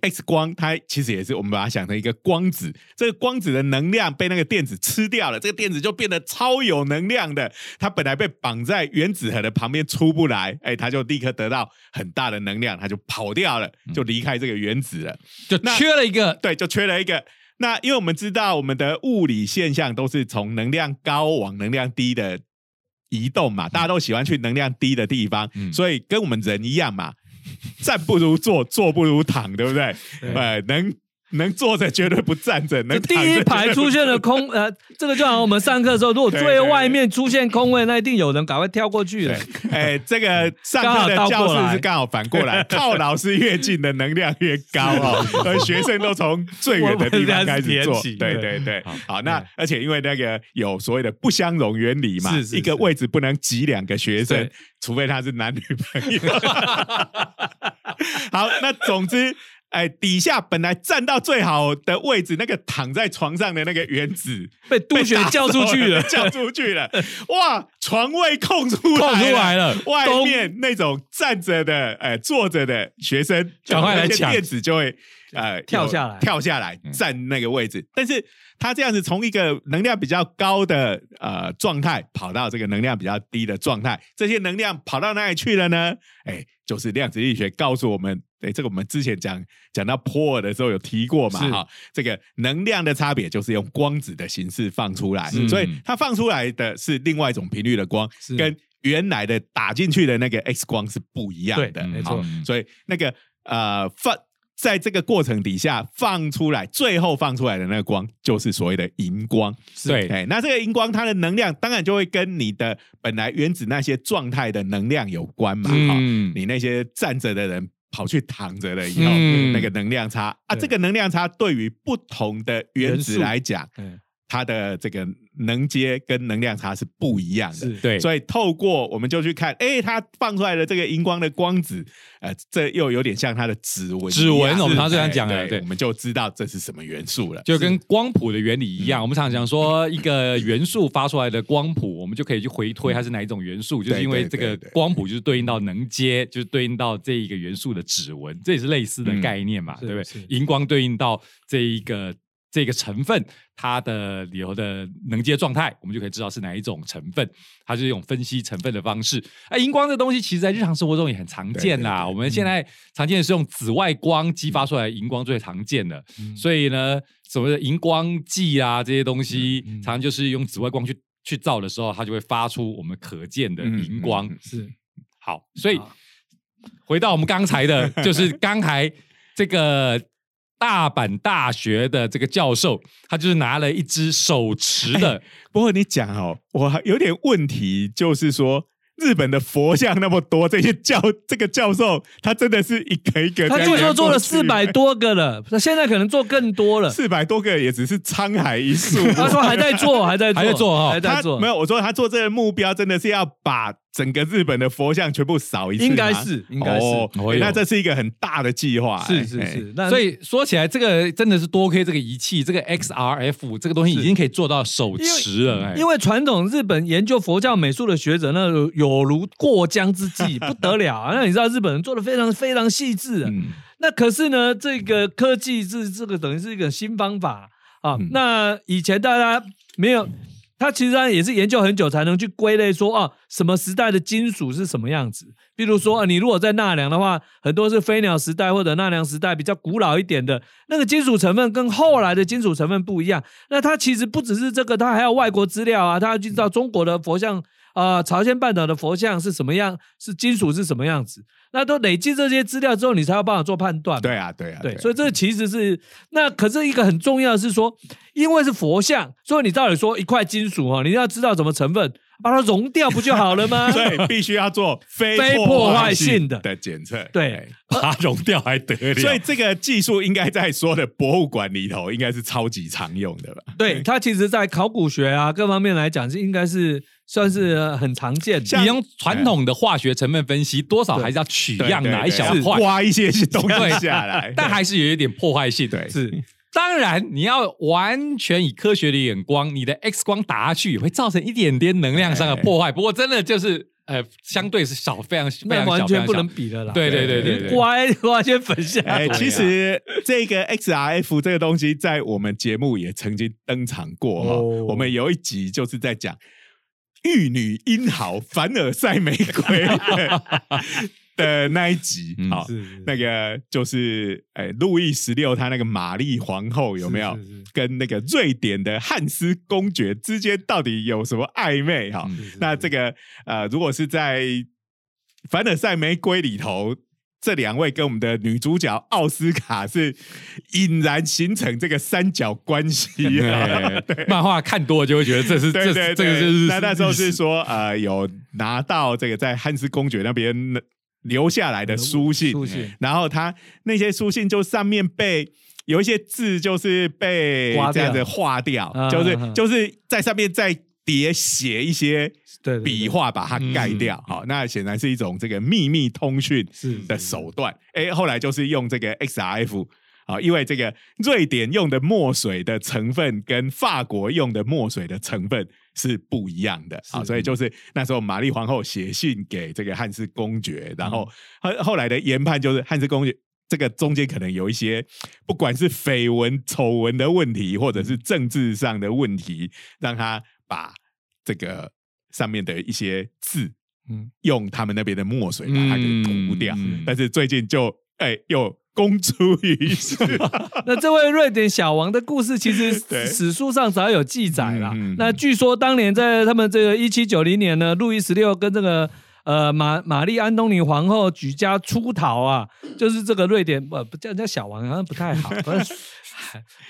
Speaker 1: X 光它其实也是我们把它想成一个光子，这个光子的能量被那个电子吃掉了，这个电子就变得超有能量的。它本来被绑在原子核的旁边出不来，哎，它就立刻得到很大的能量，它就跑掉了，
Speaker 2: 嗯
Speaker 1: 就离开这个原子了。
Speaker 2: 就
Speaker 1: 那
Speaker 2: 缺了一个
Speaker 1: 对，就缺了一个。那因为我们知道我们的物理现象都是从能量高往能量低的移动嘛，大家都喜欢去能量低的地方，
Speaker 2: 嗯
Speaker 1: 所以跟我们人一样嘛，站不如坐，坐不如躺，对不对？
Speaker 3: 对
Speaker 1: 呃，能能坐着绝对不站着，能
Speaker 3: 这第
Speaker 1: 躺着
Speaker 3: 一排
Speaker 1: 绝对不
Speaker 3: 出现了 空，呃，这个就好像我们上课的时候，如果
Speaker 1: 对对
Speaker 3: 最
Speaker 1: 对
Speaker 3: 外面出现空位，那一定有人赶快跳过去了。
Speaker 1: 对哎，这个上课的
Speaker 3: 嗯刚好倒
Speaker 1: 教
Speaker 3: 过来
Speaker 1: 室是刚好反过 来，靠老师越近的能量越高哦，而学生都从最远的地方开始
Speaker 3: 啊我
Speaker 1: 做
Speaker 3: 们这样子填起。
Speaker 1: 对对对，好，那而且因为那个有所谓的不相容原理嘛
Speaker 2: 是是，是
Speaker 1: 一个位置不能挤两个学生
Speaker 3: 对，
Speaker 1: 除非他是男女朋友。 好，那总之。哎，底下本来站到最好的位置，那个躺在床上的那个原 子，
Speaker 3: 被督学叫出去 了
Speaker 1: 被打，走叫出去了，哇，床位空出来，
Speaker 2: 空出来。了，
Speaker 1: 外面那种站着的、呃坐着的学生，
Speaker 2: 赶快来
Speaker 1: 那些
Speaker 2: 抢
Speaker 1: 电子就会呃
Speaker 3: 跳
Speaker 1: 有
Speaker 3: 下来
Speaker 1: 跳下来
Speaker 2: 嗯
Speaker 1: 站那个位置。但是他这样子从一个能量比较高的呃状态跑到这个能量比较低的状态，这些能量跑到哪里去了呢？哎，就是量子力学告诉我们，哎，这个我们之前讲讲到波尔的时候有提过嘛，
Speaker 2: 是
Speaker 1: 哈、这个能量的差别就是用光子的形式放出来，
Speaker 2: 是
Speaker 1: 所以它放出来的是另外一种频率的光
Speaker 2: 是，
Speaker 1: 跟原来的打进去的那个 X 光是不一样的
Speaker 3: 对，没
Speaker 1: 好
Speaker 3: 错
Speaker 2: 嗯
Speaker 1: 所以那个呃放。在这个过程底下放出来，最后放出来的那个光就是所谓的荧光。
Speaker 2: 对
Speaker 1: 哎，那这个荧光它的能量当然就会跟你的本来原子那些状态的能量有关嘛。哈、
Speaker 2: 嗯，
Speaker 1: 你那些站着的人跑去躺着了以后，
Speaker 2: 嗯
Speaker 1: 那个能量差啊，
Speaker 3: 对
Speaker 1: 这个能量差对于不同的原
Speaker 3: 元
Speaker 1: 子
Speaker 3: 素
Speaker 1: 来讲，
Speaker 3: 嗯
Speaker 1: 它的这个能阶跟能量差是不一样的。
Speaker 3: 是
Speaker 2: 对，
Speaker 1: 所以透过我们就去看，哎、它放出来的这个荧光的光子，呃，这又有点像它的指纹一样。
Speaker 2: 指纹我们刚刚
Speaker 1: 是
Speaker 2: 这样讲
Speaker 1: 哎
Speaker 2: 了对
Speaker 1: 我们就知道这是什么元素了。嗯
Speaker 2: 就跟光谱的原理一样，我们常常讲说一个元素发出来的光谱，我们就可以去回推它是哪一种元素，就是因为这
Speaker 1: 嗯对
Speaker 2: 个
Speaker 1: 对对
Speaker 2: 光谱就是对应到能阶，就是对应到这一个元素的指纹，这也是类似的
Speaker 1: 嗯
Speaker 2: 概念嘛，
Speaker 3: 是
Speaker 2: 对不
Speaker 3: 是
Speaker 2: 对？荧光对应到这一个。这个成分，它的里头的能阶状态，我们就可以知道是哪一种成分。它就是用分析成分的方式。哎，荧光这东西其实在日常生活中也很常见啦。我们现
Speaker 1: 嗯
Speaker 2: 在常见的是用紫外光激发出来的荧光最常见的，
Speaker 1: 嗯
Speaker 2: 所以呢，所谓的荧光剂啊这些东西，
Speaker 3: 嗯嗯
Speaker 2: 常常就是用紫外光去去照的时候，它就会发出我们可见的
Speaker 1: 嗯
Speaker 2: 荧光。
Speaker 1: 嗯嗯
Speaker 3: 是
Speaker 2: 好，所以
Speaker 3: 好
Speaker 2: 回到我们刚才 的，就是刚才这个。大阪大学的这个教授，他就是拿了一支手持的，
Speaker 1: 不过你讲哦，我还有点问题，就是说。日本的佛像那么多，这些教这个教授他真的是一个一个这
Speaker 3: 他
Speaker 1: 样
Speaker 3: 据
Speaker 1: 量过去，
Speaker 3: 说做了四百多个了，他现在可能做更多了。
Speaker 1: 四百多个也只是沧海一粟。
Speaker 3: 他说还在做，还 在做，
Speaker 2: 还在做哦
Speaker 3: 还在
Speaker 1: 他
Speaker 3: 做
Speaker 1: 没，有，我说他做这个目标真的是要把整个日本的佛像全部扫一次吗，
Speaker 3: 应该是应该是
Speaker 1: 哦
Speaker 2: 哦
Speaker 1: 哎
Speaker 2: 哟
Speaker 1: 那这是一个很大的计划、
Speaker 3: 是是
Speaker 1: 哎哎
Speaker 3: 是。那
Speaker 2: 所以说起来，这个真的是多亏这个仪器，这个 XRF 这个东西已经可以做到手持了。哎
Speaker 3: 因为传统日本研究佛教美术的学者，那有有如过江之鲫，不得了啊！那你知道日本人做的非常非常细致、啊，
Speaker 1: 嗯，
Speaker 3: 那可是呢，这个科技是这个等于是一个新方法啊。
Speaker 1: 嗯
Speaker 3: 那以前大家没有，他其实上也是研究很久才能去归类说啊，什么时代的金属是什么样子。比如说，啊、你如果在纳凉的话，很多是飞鸟时代或者纳凉时代比较古老一点的那个金属成分，跟后来的金属成分不一样。那它其实不只是这个，它还有外国资料啊，它要去知道中国的佛像。啊、朝鲜半岛的佛像是什么样？是金属是什么样子？那都累积这些资料之后，你才有办法做判
Speaker 2: 嗯
Speaker 3: 断嘛。
Speaker 1: 对啊，对啊，
Speaker 3: 对，
Speaker 1: 啊
Speaker 3: 所以这其实是那可是一个很重要的是说，因为是佛像，所以你到底说一块金属哦，你要知道什么成分，把它溶掉不就好了 吗？
Speaker 1: 所以必须要做非
Speaker 3: 非破坏性的
Speaker 1: 的的检测。
Speaker 3: 对
Speaker 2: 把它融掉还得
Speaker 1: 哎，
Speaker 2: 了？
Speaker 1: 所以这个技术应该在所有的博物馆里头，应该是超级常用的了。
Speaker 3: 对，它其实在考古学啊各方面来讲是应该是算是呃很常见的。
Speaker 1: 像
Speaker 2: 你用传统的化学成分分析，多少还是要取
Speaker 1: 对
Speaker 2: 样
Speaker 1: 对
Speaker 2: 哪
Speaker 1: 对
Speaker 2: 一小
Speaker 1: 要
Speaker 2: 块，
Speaker 1: 刮一些东
Speaker 2: 对
Speaker 1: 西下来，
Speaker 2: 但还是有一点破坏性。对，
Speaker 3: 是
Speaker 2: 当然你要完全以科学的眼光，你的 X 光打下去也会造成一点点能量上的破坏。不过真的就是呃，相对是少，非常非
Speaker 3: 那
Speaker 2: 常
Speaker 3: 完
Speaker 2: 小，非
Speaker 3: 全
Speaker 2: 常
Speaker 3: 不能
Speaker 2: 小。
Speaker 3: 比了啦。
Speaker 2: 对对
Speaker 1: 对
Speaker 2: 对对
Speaker 3: 你
Speaker 2: 对，
Speaker 3: 刮刮先粉下
Speaker 1: 哎、
Speaker 3: 来。
Speaker 1: 其实这个 XRF 这个东西，在我们节目也曾经登场过哈、
Speaker 3: 哦
Speaker 1: 我们有一集就是在讲玉女英豪凡尔赛玫 瑰的那一集
Speaker 2: 嗯
Speaker 1: 好，
Speaker 3: 是
Speaker 1: 那个就是哎，路易十六他那个玛丽皇后有没有
Speaker 3: 是是是
Speaker 1: 跟那个瑞典的汉斯公爵之间到底有什么暧昧哈？
Speaker 2: 嗯
Speaker 1: 那这个呃，如果是在凡尔赛玫瑰里头，这两位跟我们的女主角奥斯卡是引然形成这个三角关系啊。
Speaker 2: 对漫画看多了就会觉 得这是
Speaker 1: 对
Speaker 2: 这
Speaker 1: 对对，
Speaker 2: 是这个就是
Speaker 1: 那那时候
Speaker 2: 历
Speaker 1: 是
Speaker 2: 史
Speaker 1: 说呃，有拿到这个在汉斯公爵那边留下来的书信，
Speaker 3: 出现
Speaker 1: 然后他那些书信就上面被有一些字就是被
Speaker 3: 刮掉
Speaker 1: 这样子划掉，
Speaker 3: 啊
Speaker 1: 就是、
Speaker 3: 啊啊
Speaker 1: 就是在上面再叠写一些
Speaker 3: 对对嗯对
Speaker 1: 笔画把它盖掉。好、那显然是一种这个秘密通讯
Speaker 3: 是
Speaker 1: 的手段。哎，后来就是用这个 XRF。好，因为这个瑞典用的墨水的成分跟法国用的墨水的成分是不一样的啊，好所以就是那时候玛丽皇后写信给这个汉斯公爵，然后后
Speaker 3: 嗯
Speaker 1: 后来的研判就是汉斯公爵。这个中间可能有一些，不管是绯闻、丑闻的问题，或者是政治上的问题，让他把这个上面的一些字，嗯
Speaker 3: 嗯，
Speaker 1: 用他们那边的墨水把它给涂掉。
Speaker 2: 嗯嗯
Speaker 1: 但是最近就哎、又公诸 于世，
Speaker 3: 那这位瑞典小王的故事，其实
Speaker 1: 对
Speaker 3: 史书上早有记载啦
Speaker 1: 嗯嗯嗯。
Speaker 3: 那据说当年在他们这个一七九零年呢，路易十六跟这个呃玛玛丽安东尼皇后举家出逃啊，就是这个瑞典呃不叫人家小王好像 不太好，不是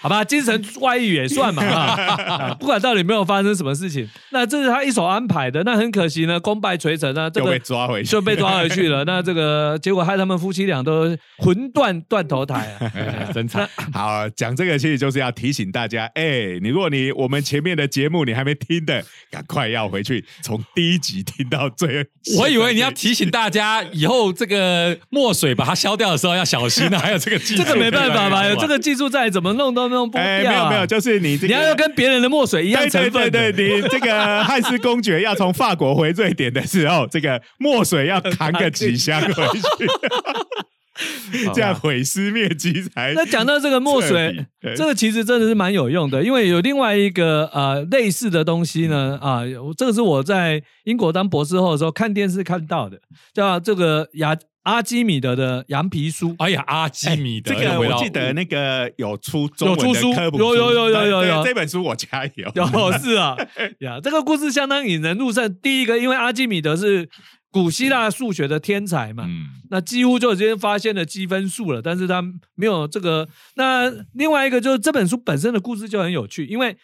Speaker 3: 好吧，精神外遇也算嘛 啊啊不管到底有没有发生什么事情，那这是他一手安排的。那很可惜呢，功败垂成啊，这
Speaker 1: 又被
Speaker 3: 个
Speaker 1: 抓回去
Speaker 3: 就。被抓回去了。那这个结果害他们夫妻俩都魂断断头台 啊。
Speaker 2: 哎真惨。
Speaker 1: 好，讲这个其实就是要提醒大家，哎、你如果你我们前面的节目你还没听的，赶快要回去从第一集听到最。
Speaker 2: 我以为你要提醒大家，以后这个墨水把它消掉的时候要小心啊，还有这个技术，
Speaker 3: 这个没办法吧？
Speaker 2: 对
Speaker 3: 有这个技术在，怎么弄都弄不掉、
Speaker 1: 啊
Speaker 3: 啊
Speaker 1: 哎、没有没有，就是你这
Speaker 3: 你
Speaker 1: 个
Speaker 3: 要要跟别人的墨水一样成
Speaker 1: 对对
Speaker 3: 分的
Speaker 1: 对对，你这个汉斯公爵要从法国回瑞典的时候，这个墨水要扛个几箱回 去，这样毁尸灭迹才。
Speaker 3: 那讲到这个墨水
Speaker 1: 彻底，
Speaker 3: 这个其实真的是蛮有用的，因为有另外一个呃类似的东西呢啊、有这个是我在英国当博士后的时候看电视看到的，叫这个亚阿基米德的羊 皮书。
Speaker 2: 哎呀，阿基米德
Speaker 1: 这
Speaker 2: 又
Speaker 1: 个
Speaker 2: 回到
Speaker 1: 我记得那个有出中文
Speaker 3: 有
Speaker 1: 的
Speaker 3: 出书
Speaker 1: 科普
Speaker 3: 有有有有有
Speaker 1: 对
Speaker 3: 有
Speaker 1: 这本书我家有。
Speaker 3: 有是啊，呀，这个故事相当引人入胜。第一个，因为阿基米德是古希腊数学的天才嘛，
Speaker 2: 嗯，
Speaker 3: 那几乎就已经发现了积分数了，但是他没有这个。那另外一个就是这本书本身的故事就很有趣，因为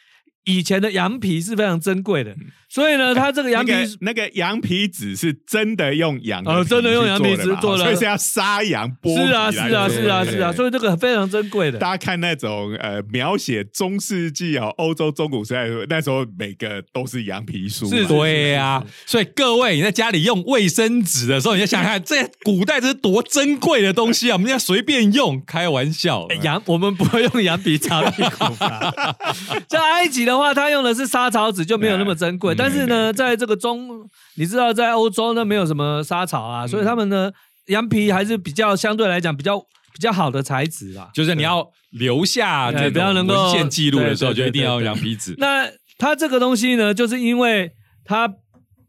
Speaker 3: 以前的羊皮是非常珍贵的，所以呢，他这个
Speaker 1: 嗯那
Speaker 3: 羊皮
Speaker 1: 个那个羊皮纸是真的用羊的
Speaker 3: 呃真的用羊皮纸
Speaker 1: 去
Speaker 3: 做
Speaker 1: 的嘛，
Speaker 3: 的
Speaker 1: 所以是要杀羊剥皮
Speaker 3: 是啊
Speaker 1: 来
Speaker 3: 是
Speaker 1: 做
Speaker 3: 啊
Speaker 1: 的
Speaker 3: 是啊
Speaker 2: 对
Speaker 3: 是啊，
Speaker 2: 对
Speaker 3: 所以这个非常珍贵的。
Speaker 1: 大家看那种呃描写中世纪哦，欧洲中古时代的时候，那时候每个都是羊皮书嘛，
Speaker 3: 是
Speaker 2: 对呀、所以各位你在家里用卫生纸的时候，你就想 想看，这古代这是多珍贵的东西啊，我们要随便用，开玩笑。
Speaker 3: 哎
Speaker 1: 嗯
Speaker 3: 羊，我们不会用羊皮擦屁股吧？像埃及的话，它用的是沙草纸，就没有那么珍贵。
Speaker 2: 嗯
Speaker 3: 但是
Speaker 1: 对对对
Speaker 3: 呢，在这个中，你知道，在欧洲呢，没有什么沙草啊，所以他们呢，羊皮还是比较相对来讲比较比较好的材质啊啦。
Speaker 2: 就是你要留下
Speaker 3: 对
Speaker 2: 这
Speaker 3: 不要
Speaker 2: 种
Speaker 3: 能够
Speaker 2: 文献记录的时候，
Speaker 3: 对
Speaker 2: 就
Speaker 3: 对对
Speaker 2: 一定要用羊皮纸。
Speaker 3: 那它这个东西呢，就是因为它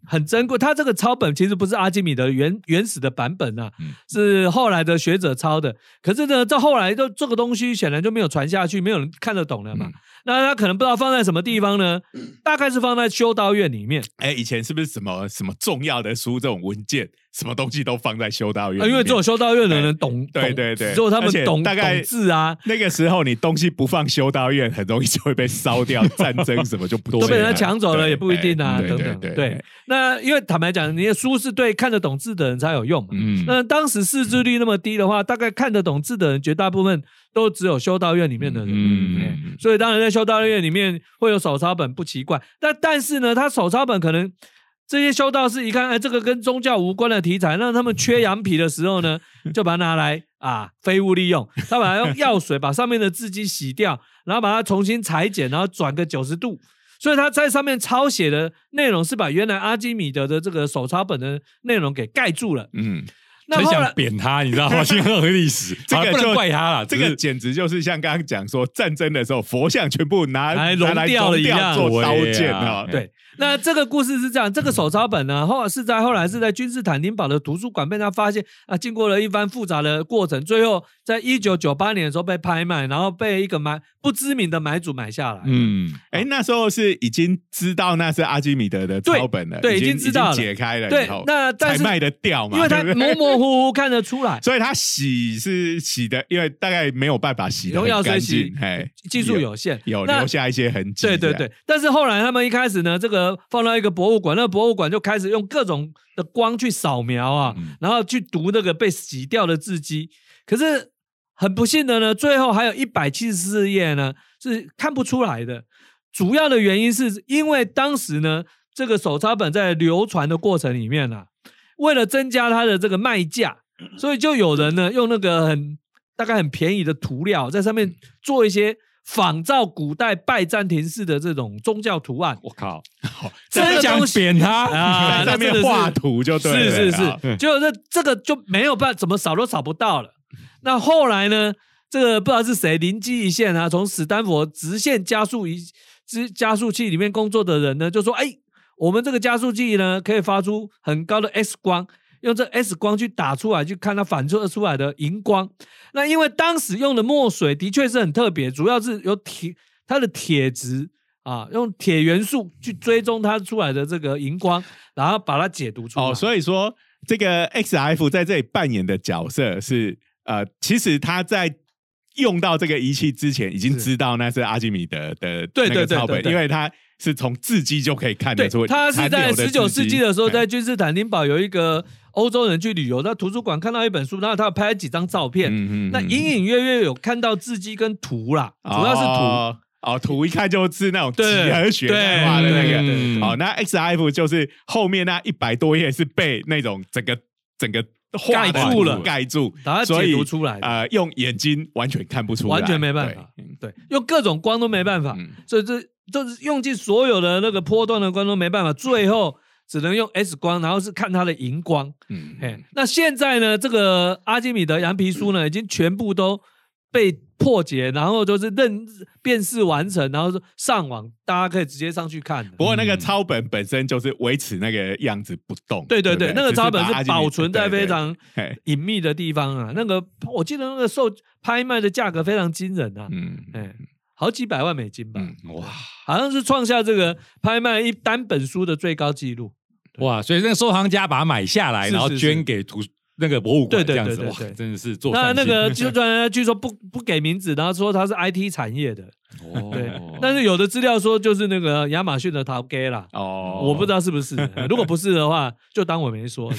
Speaker 3: 很珍贵，它这个抄本其实不是阿基米德原原始的版本啊，
Speaker 2: 嗯
Speaker 3: 是后来的学者抄的。可是呢，这后来就这个东西显然就没有传下去，没有人看得懂了嘛。
Speaker 2: 嗯
Speaker 3: 那他可能不知道放在什么地方呢？大概是放在修道院里面，
Speaker 1: 哎，以前是不是什么什么重要的书这种文件，什么东西都放在修道院里
Speaker 3: 呃
Speaker 1: 面？
Speaker 3: 因为只有修道院的人懂，
Speaker 1: 对
Speaker 3: 懂
Speaker 1: 对对
Speaker 3: 只有他
Speaker 1: 而
Speaker 3: 们
Speaker 1: 且
Speaker 3: 懂
Speaker 1: 大概
Speaker 3: 懂字啊，
Speaker 1: 那个时候，你东西不放修道院，很容易就会被烧掉，战争什么就不
Speaker 2: 都
Speaker 3: 都被人家
Speaker 1: 对啊
Speaker 3: 抢走了
Speaker 1: 对
Speaker 3: 也不一定啊，
Speaker 1: 对
Speaker 3: 等
Speaker 1: 对
Speaker 3: 等。
Speaker 1: 对
Speaker 3: 对，那因为坦白讲，你的书是对看得懂字的人才有用嘛。
Speaker 2: 嗯，
Speaker 3: 那当时识字率那么低的话，大概看得懂字的人，绝大部分都只有修道院里面的人。
Speaker 2: 嗯
Speaker 3: 哎所以当然在修道院里面会有手抄本不奇怪。那但是呢，他手抄本可能这些修道士一看，哎，这个跟宗教无关的题材，让他们缺羊皮的时候 呢，就把它拿来啊废物利用。他把它用药水把上面的字迹洗 掉，然后把它重新裁剪，然后转个九十度。所以他在上面抄写的内容是把原来阿基米德的这个手抄本的内容给盖住了。
Speaker 2: 嗯，
Speaker 3: 那
Speaker 2: 很
Speaker 3: 后
Speaker 2: 想
Speaker 3: 来
Speaker 2: 扁他，你知道吗？新俄历 史，
Speaker 1: 这
Speaker 2: 好
Speaker 1: 个
Speaker 2: 了不能
Speaker 1: 就
Speaker 2: 怪他了，
Speaker 1: 这
Speaker 2: 只
Speaker 1: 个
Speaker 2: 是
Speaker 1: 简直就是像刚刚讲说战争的时候，佛像全部拿
Speaker 3: 拿来熔
Speaker 1: 拿来
Speaker 3: 掉了一
Speaker 1: 熔
Speaker 3: 样
Speaker 1: 做刀
Speaker 2: 对
Speaker 1: 剑
Speaker 2: 啊
Speaker 1: 啊！
Speaker 3: 对，那这个故事是这样，这个手抄本呢，后来是在后来是在君士坦丁堡的图书馆被他发现啊，经过了一番复杂的过程，最后在一九九八年的时候被拍卖，然后被一个买不知名的买主买下来。嗯，
Speaker 2: 嗯，
Speaker 1: 哎，那时候是已经知道那是阿基米德的抄本了，
Speaker 3: 对对
Speaker 1: 已
Speaker 3: 已经知道了
Speaker 1: 解开了以
Speaker 3: 对
Speaker 1: 后，
Speaker 3: 那但
Speaker 1: 才
Speaker 3: 是
Speaker 1: 卖得掉嘛，
Speaker 3: 因为他
Speaker 1: 对不对
Speaker 3: 模模糊糊看得出 来，
Speaker 1: 所以他洗是洗的，因为大概没有办法洗的
Speaker 3: 用药水洗
Speaker 1: 哎，
Speaker 3: 技术有限，
Speaker 1: 有
Speaker 3: 那
Speaker 1: 留下一些痕迹，
Speaker 3: 对对对，但是后来他们一开始呢，这个放到一个博物馆，那个博物馆就开始用各种的光去扫描啊，
Speaker 2: 嗯
Speaker 3: 然后去读那个被洗掉的字迹。可是很不幸的呢，最后还有一百七十四页呢是看不出来的。主要的原因是因为当时呢，这个手抄本在流传的过程里面呢、啊，为了增加它的这个卖价，所以就有人呢用那个很大概很便宜的涂料，在上面做一些仿照古代拜占庭式的这种宗教图案。
Speaker 2: 我靠，
Speaker 3: 这个
Speaker 2: 真想
Speaker 3: 东西
Speaker 2: 扁嗯他
Speaker 3: 啊
Speaker 1: 在上面画图就对
Speaker 3: 是
Speaker 1: 了，
Speaker 3: 是
Speaker 1: 啊
Speaker 3: 是，结果这这个就没有办，怎么扫都扫不到了。那后来呢？这个不知道是谁灵机一现啊，从史丹佛直线加速仪之加速器里面工作的人呢，就说：“哎，我们这个加速器呢，可以发出很高的 X 光，用这 X 光去打出来，去看它反射出来的荧光。”那因为当时用的墨水的确是很特别，主要是有铁它的铁质啊，用铁元素去追踪它出来的这个荧光，然后把它解读出来。
Speaker 1: 哦，所以说这个 XF 在这里扮演的角色是呃，其实他在。用到这个仪器之前，已经
Speaker 3: 是
Speaker 1: 知道那是阿基米德的
Speaker 3: 对
Speaker 1: 那个
Speaker 3: 对对
Speaker 1: 抄
Speaker 3: 对
Speaker 1: 本，
Speaker 3: 对
Speaker 1: 因为他是从字迹就可以看得
Speaker 3: 对，
Speaker 1: 出。
Speaker 3: 他是在十九世纪的时候，
Speaker 1: 在。
Speaker 3: 在君士坦丁堡有一个欧洲人去旅游，在图书馆看到一本书，然后他有拍了几张照片，
Speaker 1: 嗯
Speaker 3: 那隐隐约约有看到字迹跟图啦，主要是图。
Speaker 1: 哦哦，图一看就是那种几
Speaker 3: 对
Speaker 1: 何学在画的
Speaker 3: 对
Speaker 1: 那
Speaker 3: 对
Speaker 1: 个。
Speaker 3: 对
Speaker 2: 嗯
Speaker 1: 哦，那 XF 就是后面那一百多页是被那种整个整个画的
Speaker 3: 盖住了
Speaker 1: 图盖住，
Speaker 3: 把它
Speaker 1: 所
Speaker 3: 解
Speaker 1: 以
Speaker 3: 读出来的
Speaker 1: 呃，用眼睛完全看不出来，
Speaker 3: 完全没办法嗯对，用各种光都没办法，
Speaker 1: 嗯
Speaker 3: 所以这就是用尽所有的那个波段的光都没办法，最后只能用 S 光，然后是看它的荧光。
Speaker 1: 对。嗯
Speaker 3: 嘿，那现在呢，这个阿基米德羊皮书呢，已经全部都被破解，然后就是认辨识完成，然后上网，大家可以直接上去看的
Speaker 1: 不。过那个
Speaker 2: 嗯
Speaker 1: 抄本本身就是维持那个样子不动，
Speaker 3: 对对
Speaker 1: 对不
Speaker 3: 对，那个
Speaker 1: 只是
Speaker 3: 抄本
Speaker 1: 把阿
Speaker 3: 是
Speaker 1: 基米德
Speaker 3: 保存在
Speaker 1: 对
Speaker 3: 非
Speaker 1: 对
Speaker 3: 常
Speaker 1: 嘿
Speaker 3: 隐秘的地方啊。那个我记得那个售拍卖的价格非常惊人啊，
Speaker 1: 嗯
Speaker 3: 哎，好几百万美金吧，
Speaker 1: 嗯
Speaker 2: 哇
Speaker 3: 好像是创下这个拍卖一单本书的最高纪录。
Speaker 2: 哇！所以那个收藏家把它买下来，
Speaker 3: 是
Speaker 2: 然后
Speaker 3: 是
Speaker 2: 捐给图那个博物馆，
Speaker 3: 对对
Speaker 2: 这样子
Speaker 3: 对对
Speaker 2: 哇
Speaker 3: 对，
Speaker 2: 真的是做
Speaker 3: 那
Speaker 2: 善
Speaker 3: 那
Speaker 2: 事
Speaker 3: 个技术专家据说不不给名字，然后说他是 IT 产业的，
Speaker 2: 哦
Speaker 3: 对， 但是有的资料说就是那个亚马逊的陶 gay 啦，
Speaker 1: 哦，
Speaker 3: 我不知道 是不是。如果不是的话，就当我没说。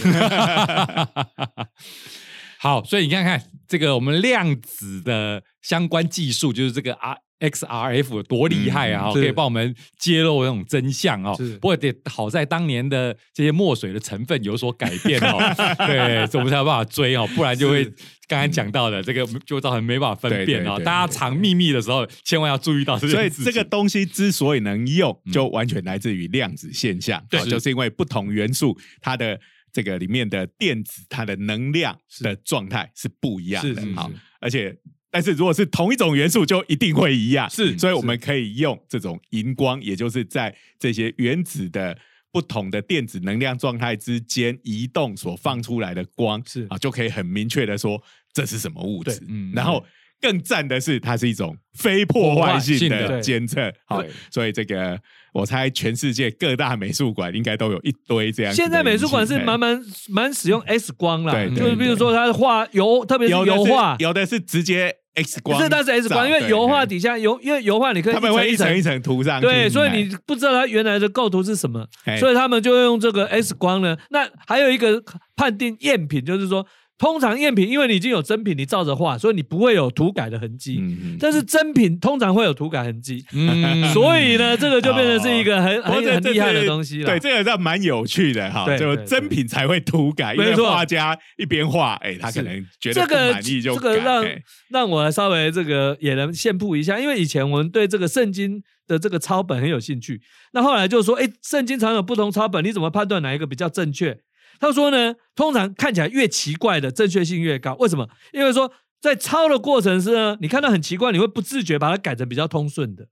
Speaker 2: 好，所以你看看这个我们量子的相关技术，就是这个啊 R。XRF 有多厉害啊！
Speaker 3: 嗯
Speaker 2: 哦
Speaker 3: 是
Speaker 2: 可以帮我们揭露那种真相哦
Speaker 3: 是。
Speaker 2: 不过得好在当年的这些墨水的成分有所改变哦，对，所以我们才有办法追哦，不然就会刚才讲到的这个就造成没办法分
Speaker 1: 嗯对
Speaker 2: 辨
Speaker 1: 对
Speaker 2: 哦。
Speaker 1: 对
Speaker 2: 大家藏秘密的时候，千万要注意到这件
Speaker 1: 所以
Speaker 2: 事情。
Speaker 1: 这个东西之所以能用
Speaker 2: 嗯，
Speaker 1: 就完全来自于量子现象，
Speaker 2: 对
Speaker 1: 哦
Speaker 2: 是
Speaker 1: 就是因为不同元素它的这个里面的电子它的能量的状态是不一样
Speaker 3: 是
Speaker 1: 的
Speaker 3: 是，
Speaker 1: 嗯好
Speaker 2: 是，
Speaker 1: 而且。但是如果是同一种元素，就一定会一样。
Speaker 2: 是
Speaker 1: 所以我们可以用这种荧光，也就是在这些原子的不同的电子能量状态之间移动所放出来的光，
Speaker 3: 嗯是
Speaker 1: 啊，就可以很明确的说这是什么物质
Speaker 3: 对。
Speaker 2: 嗯
Speaker 1: 然后更赞的是，它是一种非破坏性
Speaker 2: 破坏性
Speaker 1: 的
Speaker 3: 的
Speaker 1: 监测。好
Speaker 2: 对，
Speaker 1: 所以这个我猜全世界各大美术馆应该都有一堆这样子的仪器。
Speaker 3: 现在美术馆是
Speaker 1: 嘿
Speaker 3: 蛮蛮蛮使用 X 光啦
Speaker 1: 对，对
Speaker 3: 就是比如说他画油，特别是
Speaker 1: 有的
Speaker 3: 油画，
Speaker 1: 有的是直接 X 光
Speaker 3: 不
Speaker 1: 照，
Speaker 3: 是但是 X 光，因为
Speaker 1: 对
Speaker 3: 油画
Speaker 1: 嘿
Speaker 3: 底下油，因为油画你可以
Speaker 1: 他们会
Speaker 3: 一
Speaker 1: 一
Speaker 3: 层
Speaker 1: 层
Speaker 3: 一
Speaker 1: 一
Speaker 3: 层。
Speaker 1: 层涂上去。哎
Speaker 3: 对，所以
Speaker 1: 嘿
Speaker 3: 你不知道它原来的构图是什么，
Speaker 1: 嘿
Speaker 3: 所以他们就会用这个 X 光呢。那还有一个判定赝品，就是说通常赝品，因为你已经有真品，你照着画，所以你不会有涂改的痕迹。
Speaker 2: 嗯
Speaker 3: 但是真品通常会有涂改痕迹，
Speaker 2: 嗯
Speaker 3: 所以呢，这个就变成是一个很
Speaker 1: 不过
Speaker 3: 很
Speaker 1: 这
Speaker 3: 很
Speaker 1: 这
Speaker 3: 厉害
Speaker 1: 是
Speaker 3: 的东西了。
Speaker 1: 对，这个倒蛮有趣的哈，
Speaker 3: 对
Speaker 1: 就
Speaker 3: 对
Speaker 1: 真品才会涂改，因为
Speaker 3: 没错
Speaker 1: 画家一边画，哎，他可
Speaker 3: 是
Speaker 1: 能觉得
Speaker 3: 这
Speaker 1: 不
Speaker 3: 个
Speaker 1: 满意就
Speaker 3: 这个
Speaker 1: 改
Speaker 3: 让
Speaker 1: 哎
Speaker 3: 让我稍微这个也能现铺一下，因为以前我们对这个圣经的这个抄本很有兴趣，那后来就说，哎，圣经常有不同抄本，你怎么判断哪一个比较正确？他说呢，通常看起来越奇怪的正确性越高，为什么？因为说。在抄的过程是呢，你看到很奇怪，你会不自觉把它改成比较通 顺的，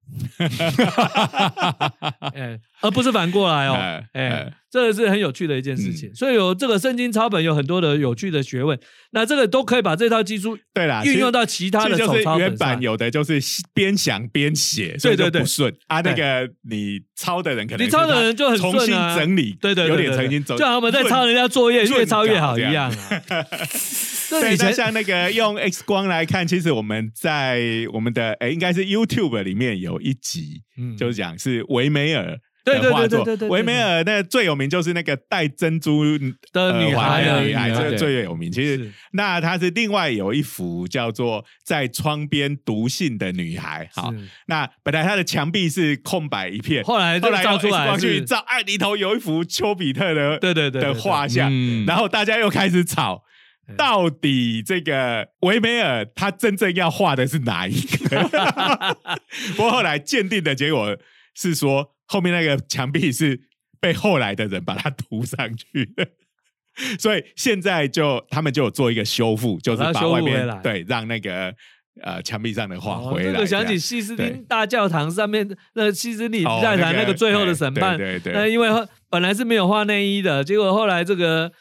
Speaker 3: 哎，而不是反过来哦，
Speaker 1: 哎
Speaker 3: 哎、
Speaker 1: 哎
Speaker 3: 这个是很有趣的一件事情。
Speaker 1: 嗯
Speaker 3: 所以有这个圣经抄本有很多的有趣的学问，那这个都可以把这套技术
Speaker 1: 对啦，
Speaker 3: 运
Speaker 1: 其实
Speaker 3: 用到其他
Speaker 1: 这
Speaker 3: 的
Speaker 1: 就
Speaker 3: 手
Speaker 1: 是
Speaker 3: 抄
Speaker 1: 原
Speaker 3: 本
Speaker 1: 版
Speaker 3: 上。
Speaker 1: 有的就是边想边写，所以就
Speaker 3: 对对
Speaker 1: 不
Speaker 3: 对
Speaker 1: 顺啊。那
Speaker 3: 对
Speaker 1: 个你抄的人可能
Speaker 3: 你抄
Speaker 1: 是
Speaker 3: 的
Speaker 1: 他
Speaker 3: 人就很
Speaker 1: 重新
Speaker 3: 顺啊，
Speaker 1: 整理，
Speaker 3: 对对对
Speaker 1: 有
Speaker 3: 对
Speaker 1: 点
Speaker 3: 对
Speaker 1: 重新整，
Speaker 3: 就好像我们在抄人家作业，
Speaker 1: 润
Speaker 3: 越抄越
Speaker 1: 稿
Speaker 3: 好一
Speaker 1: 这样
Speaker 3: 样 啊。这
Speaker 1: 对，那
Speaker 3: 以前
Speaker 1: 像那个用 X 光来看，其实我们在我们的哎诶，应该是 YouTube 里面有一集，
Speaker 3: 嗯
Speaker 1: 就是讲是维梅尔。
Speaker 3: 对对对
Speaker 1: 画作
Speaker 3: 对对对对
Speaker 1: 维梅尔那最有名就是那个戴珍珠呃
Speaker 3: 的
Speaker 1: 耳
Speaker 3: 呃女
Speaker 1: 环
Speaker 3: 孩
Speaker 1: 的
Speaker 3: 的
Speaker 1: 女孩，
Speaker 2: 女孩
Speaker 1: 这个
Speaker 2: 对
Speaker 1: 最有名。其实
Speaker 3: 是
Speaker 1: 那它是另外有一幅叫做《在窗边读信的女孩》。好，
Speaker 3: 是
Speaker 1: 那本来它的墙壁是空白一片，
Speaker 3: 后来
Speaker 1: 后
Speaker 3: 就
Speaker 1: 来
Speaker 3: 照出
Speaker 1: 用 X
Speaker 3: 来
Speaker 1: 光去
Speaker 3: 是，
Speaker 1: 照，哎，里头有一幅丘比特的
Speaker 3: 对对对
Speaker 1: 的画，像，
Speaker 2: 嗯
Speaker 1: 然后大家又开始吵
Speaker 3: 嗯。
Speaker 1: 到底这个维梅尔他真正要画的是哪一 个？不过后来鉴定的结果是说，后面那个墙壁是被后来的人把它涂上去的， 所以现在就他们就有做一个修复，就是
Speaker 3: 把它
Speaker 1: 把
Speaker 3: 修复
Speaker 1: 外
Speaker 3: 回
Speaker 1: 面
Speaker 3: 来
Speaker 1: 对让那个呃墙壁上的画
Speaker 3: 哦
Speaker 1: 回来
Speaker 3: 这
Speaker 1: 这样。
Speaker 3: 个想起西斯
Speaker 1: 对
Speaker 3: 汀大教堂上面那西斯汀
Speaker 1: 哦
Speaker 3: 大教堂
Speaker 1: 那
Speaker 3: 那
Speaker 1: 个
Speaker 3: 个最后的审判，
Speaker 1: 对对对
Speaker 3: 那因为后本来是没有画内衣的，结果后来这个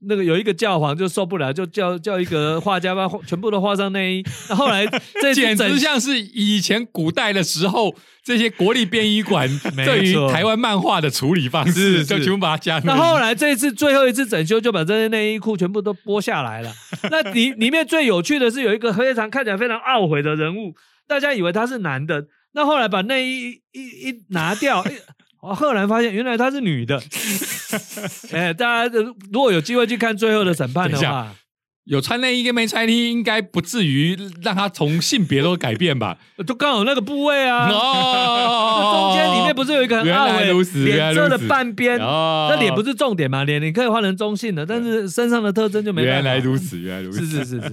Speaker 3: 那个有一个教皇就受不了，就叫叫一个画家把全部都画上内衣。那后来 这 次
Speaker 2: 简直
Speaker 3: 整
Speaker 2: 像是以前古代的时候，这些国立编译 馆对于台湾漫画的处理方式，
Speaker 3: 是
Speaker 2: 就全部把它加入。
Speaker 3: 那后来这一次最后一次整修，就把这些内衣裤全部都剥下 来了。那里里面最有趣的是有一个非常看起来非常懊悔的人物，大家以为他是男的，那后来把内衣一一一拿掉。一我赫然发现，原来她是 女的。哎，大家如果有机会去看最后的审判的
Speaker 2: 等一下
Speaker 3: 话，
Speaker 2: 有穿内衣跟没穿内衣，应该不至于让他从性别都改变吧？
Speaker 3: 就刚好那个部位啊，
Speaker 2: 哦
Speaker 3: 中间里面不是有一个很
Speaker 2: 原来
Speaker 3: 二维
Speaker 2: 如此原来
Speaker 3: 脸
Speaker 2: 如
Speaker 3: 遮的
Speaker 2: 此
Speaker 3: 半边，
Speaker 2: 哦
Speaker 3: 那脸不是重点嘛？脸你可以画成中性的，但是身上的特征就没办
Speaker 2: 原
Speaker 3: 法
Speaker 2: 来如此，原来如
Speaker 3: 是
Speaker 2: 此。哦
Speaker 3: 是是是。是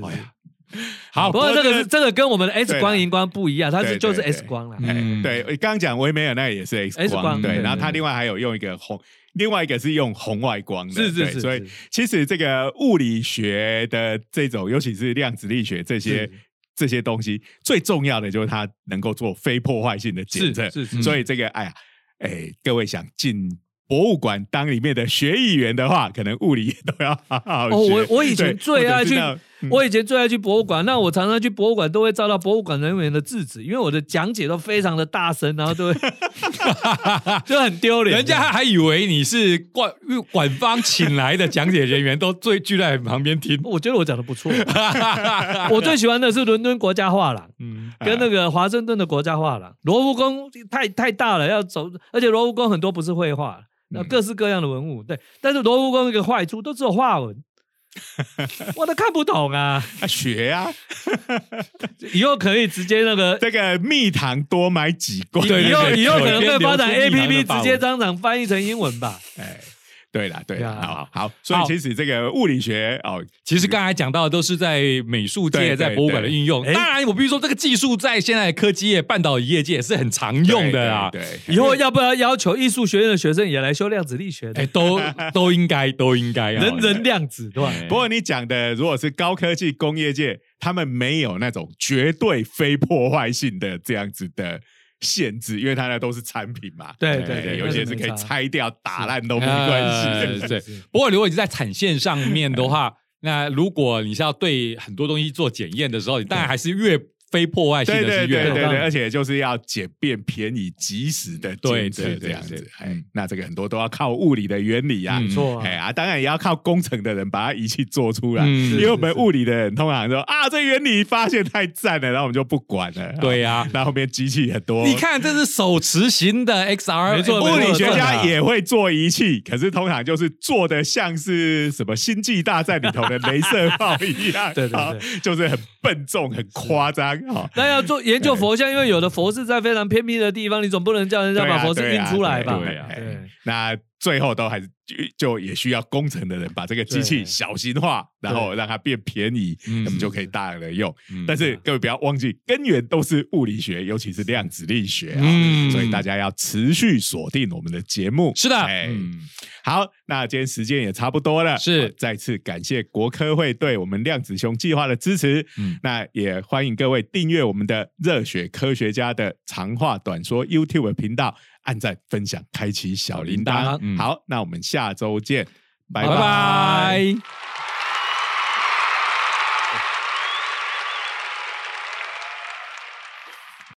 Speaker 2: 好
Speaker 3: 不，过这
Speaker 1: 不
Speaker 3: 个
Speaker 1: 过这个
Speaker 3: 是这个跟我们的
Speaker 1: 对
Speaker 3: X
Speaker 1: 啦
Speaker 3: 光荧光不一样，它
Speaker 1: 对
Speaker 3: 是就是
Speaker 1: 对
Speaker 3: X 光啊啦。
Speaker 1: 哎、
Speaker 2: 嗯
Speaker 1: 对，我刚刚讲维梅尔那个也是 X
Speaker 3: X
Speaker 1: 光，
Speaker 3: 哎光
Speaker 1: 对，
Speaker 2: 对
Speaker 1: 然后它
Speaker 2: 对对
Speaker 1: 另外还有用一个红，另外一个是用红外光的，
Speaker 3: 是是
Speaker 1: 对
Speaker 3: 是
Speaker 1: 所以
Speaker 3: 是
Speaker 1: 其实这个物理学的这种，尤其是量子力学这些
Speaker 3: 是
Speaker 1: 这些东西，最重要的就是它能够做非破坏性的检测，
Speaker 3: 是是
Speaker 2: 是
Speaker 1: 所以这个哎呀，哎，各位想进。博物馆当里面的学艺员的话，可能物理也都要好好学。
Speaker 3: 哦，我我以
Speaker 1: 对
Speaker 3: 前最爱
Speaker 1: 或者
Speaker 3: 去
Speaker 1: 是那嗯，
Speaker 3: 我以前最爱去博物馆。那我常常去博物馆，都会遭到博物馆人员的制止，因为我的讲解都非常的大声，然后都会 就很丢脸。
Speaker 2: 人家还以为你是管管方请来的讲解人员，都最聚在旁边听。
Speaker 3: 我觉得我讲的不错。 我最喜欢的是伦敦国家画廊。
Speaker 2: 嗯，
Speaker 3: 跟那个华盛顿的国家画廊，罗浮宫太太大了，要走，而且罗浮宫很多不是绘画，
Speaker 1: 嗯
Speaker 3: 那各式各样的文物，对。但是罗浮宫一个坏处都只有画 文，我都看不懂啊。
Speaker 1: 啊学啊，
Speaker 3: 以后可以直接那个，
Speaker 1: 这个蜜糖多买几罐。
Speaker 2: 对对对
Speaker 3: 以后以后可能会发展
Speaker 2: 对
Speaker 3: A
Speaker 2: 对
Speaker 3: P
Speaker 2: 对
Speaker 3: P，直接当场翻译成英 文吧。
Speaker 1: 哎，对啦，对啦，
Speaker 3: 对
Speaker 1: 好
Speaker 3: 啊
Speaker 1: 好，所以
Speaker 2: 好
Speaker 1: 其实这个物理学哦，
Speaker 2: 其实刚才讲到的都是在美术
Speaker 1: 对对
Speaker 2: 界、在博物馆的运用。
Speaker 3: 对哎
Speaker 2: 当然，我必须说，这个技术在现在的科技业、半导体业界是很常用的啊啦。
Speaker 1: 对，对对
Speaker 3: 以后要不要要求艺术学院的学生也来修量子力学呢
Speaker 2: 哎，？都都 应该，都应
Speaker 1: 哎
Speaker 2: 该啊。
Speaker 3: 人人量子，对吧？
Speaker 2: 哎
Speaker 1: 不过你讲的如果是高科技工业界，他们没有那种绝对非破坏性的这样子的限制，因为它那都是产品嘛。
Speaker 3: 对
Speaker 1: 哎
Speaker 3: 对对
Speaker 1: 有一些是可以
Speaker 3: 那是没差
Speaker 1: 拆掉、打烂都没关系。
Speaker 2: 呃对，不过如果你在产线上面的话，那如果你是要对很多东西做检验的时候，你当然还是越非破坏性
Speaker 1: 对
Speaker 2: 的
Speaker 1: 对
Speaker 2: 是
Speaker 1: 对
Speaker 2: 越
Speaker 1: 对
Speaker 2: 好。
Speaker 1: 对，而且就是要简便、便宜、及时的对
Speaker 2: 对对
Speaker 1: 对
Speaker 2: 对
Speaker 1: 这样子
Speaker 2: 对。
Speaker 1: 哎
Speaker 2: 嗯，
Speaker 1: 那这个很多都要靠物理的原理啊
Speaker 2: 嗯。
Speaker 3: 没错啊
Speaker 1: 哎，啊，当然也要靠工程的人把它仪器做出来，
Speaker 2: 嗯
Speaker 1: 因为我们
Speaker 3: 是是
Speaker 1: 物理的人通常说啊，这原理发现太赞了，然后我们就不管了。
Speaker 2: 对呀、
Speaker 1: 啊，那后面机器很多，
Speaker 2: 你看，这是手持型的 XR，
Speaker 3: 没错
Speaker 1: 物理学
Speaker 2: 哎
Speaker 1: 家也会做仪器，可是通常就是做的像是什么《星际大战》里头的镭射炮一 样，
Speaker 3: 对对对
Speaker 1: 啊就是很笨重、很夸张啊。
Speaker 3: 那要做研究佛像，因为有的佛是在非常偏僻的地方，你总不能叫人家
Speaker 1: 对啊
Speaker 3: 把佛寺运出来吧？
Speaker 1: 对啊
Speaker 3: 对
Speaker 1: 对啊哎那最后都还是就就也需要工程的人把这个机器
Speaker 3: 对
Speaker 1: 小型化，然后让它变便宜，
Speaker 2: 嗯
Speaker 1: 那么就可以大量的用。
Speaker 2: 嗯
Speaker 1: 但是各位不要忘记，根源都是物理学，尤其是量子力学啊。
Speaker 2: 嗯
Speaker 1: 所以大家要持续锁定我们的节目。
Speaker 2: 是的，
Speaker 1: 哎
Speaker 2: 嗯
Speaker 1: 好，那今天时间也差不多了，
Speaker 2: 是
Speaker 1: 啊再次感谢国科会对我们量子熊计划的支持。
Speaker 2: 嗯
Speaker 1: 那也欢迎各位订阅我们的热血科学家的长话短说 YouTube 频道，按赞、分享、开启小铃铛。
Speaker 2: 小铃铛
Speaker 1: 哎
Speaker 2: 嗯
Speaker 1: 好，那我们下周见，
Speaker 2: 拜拜。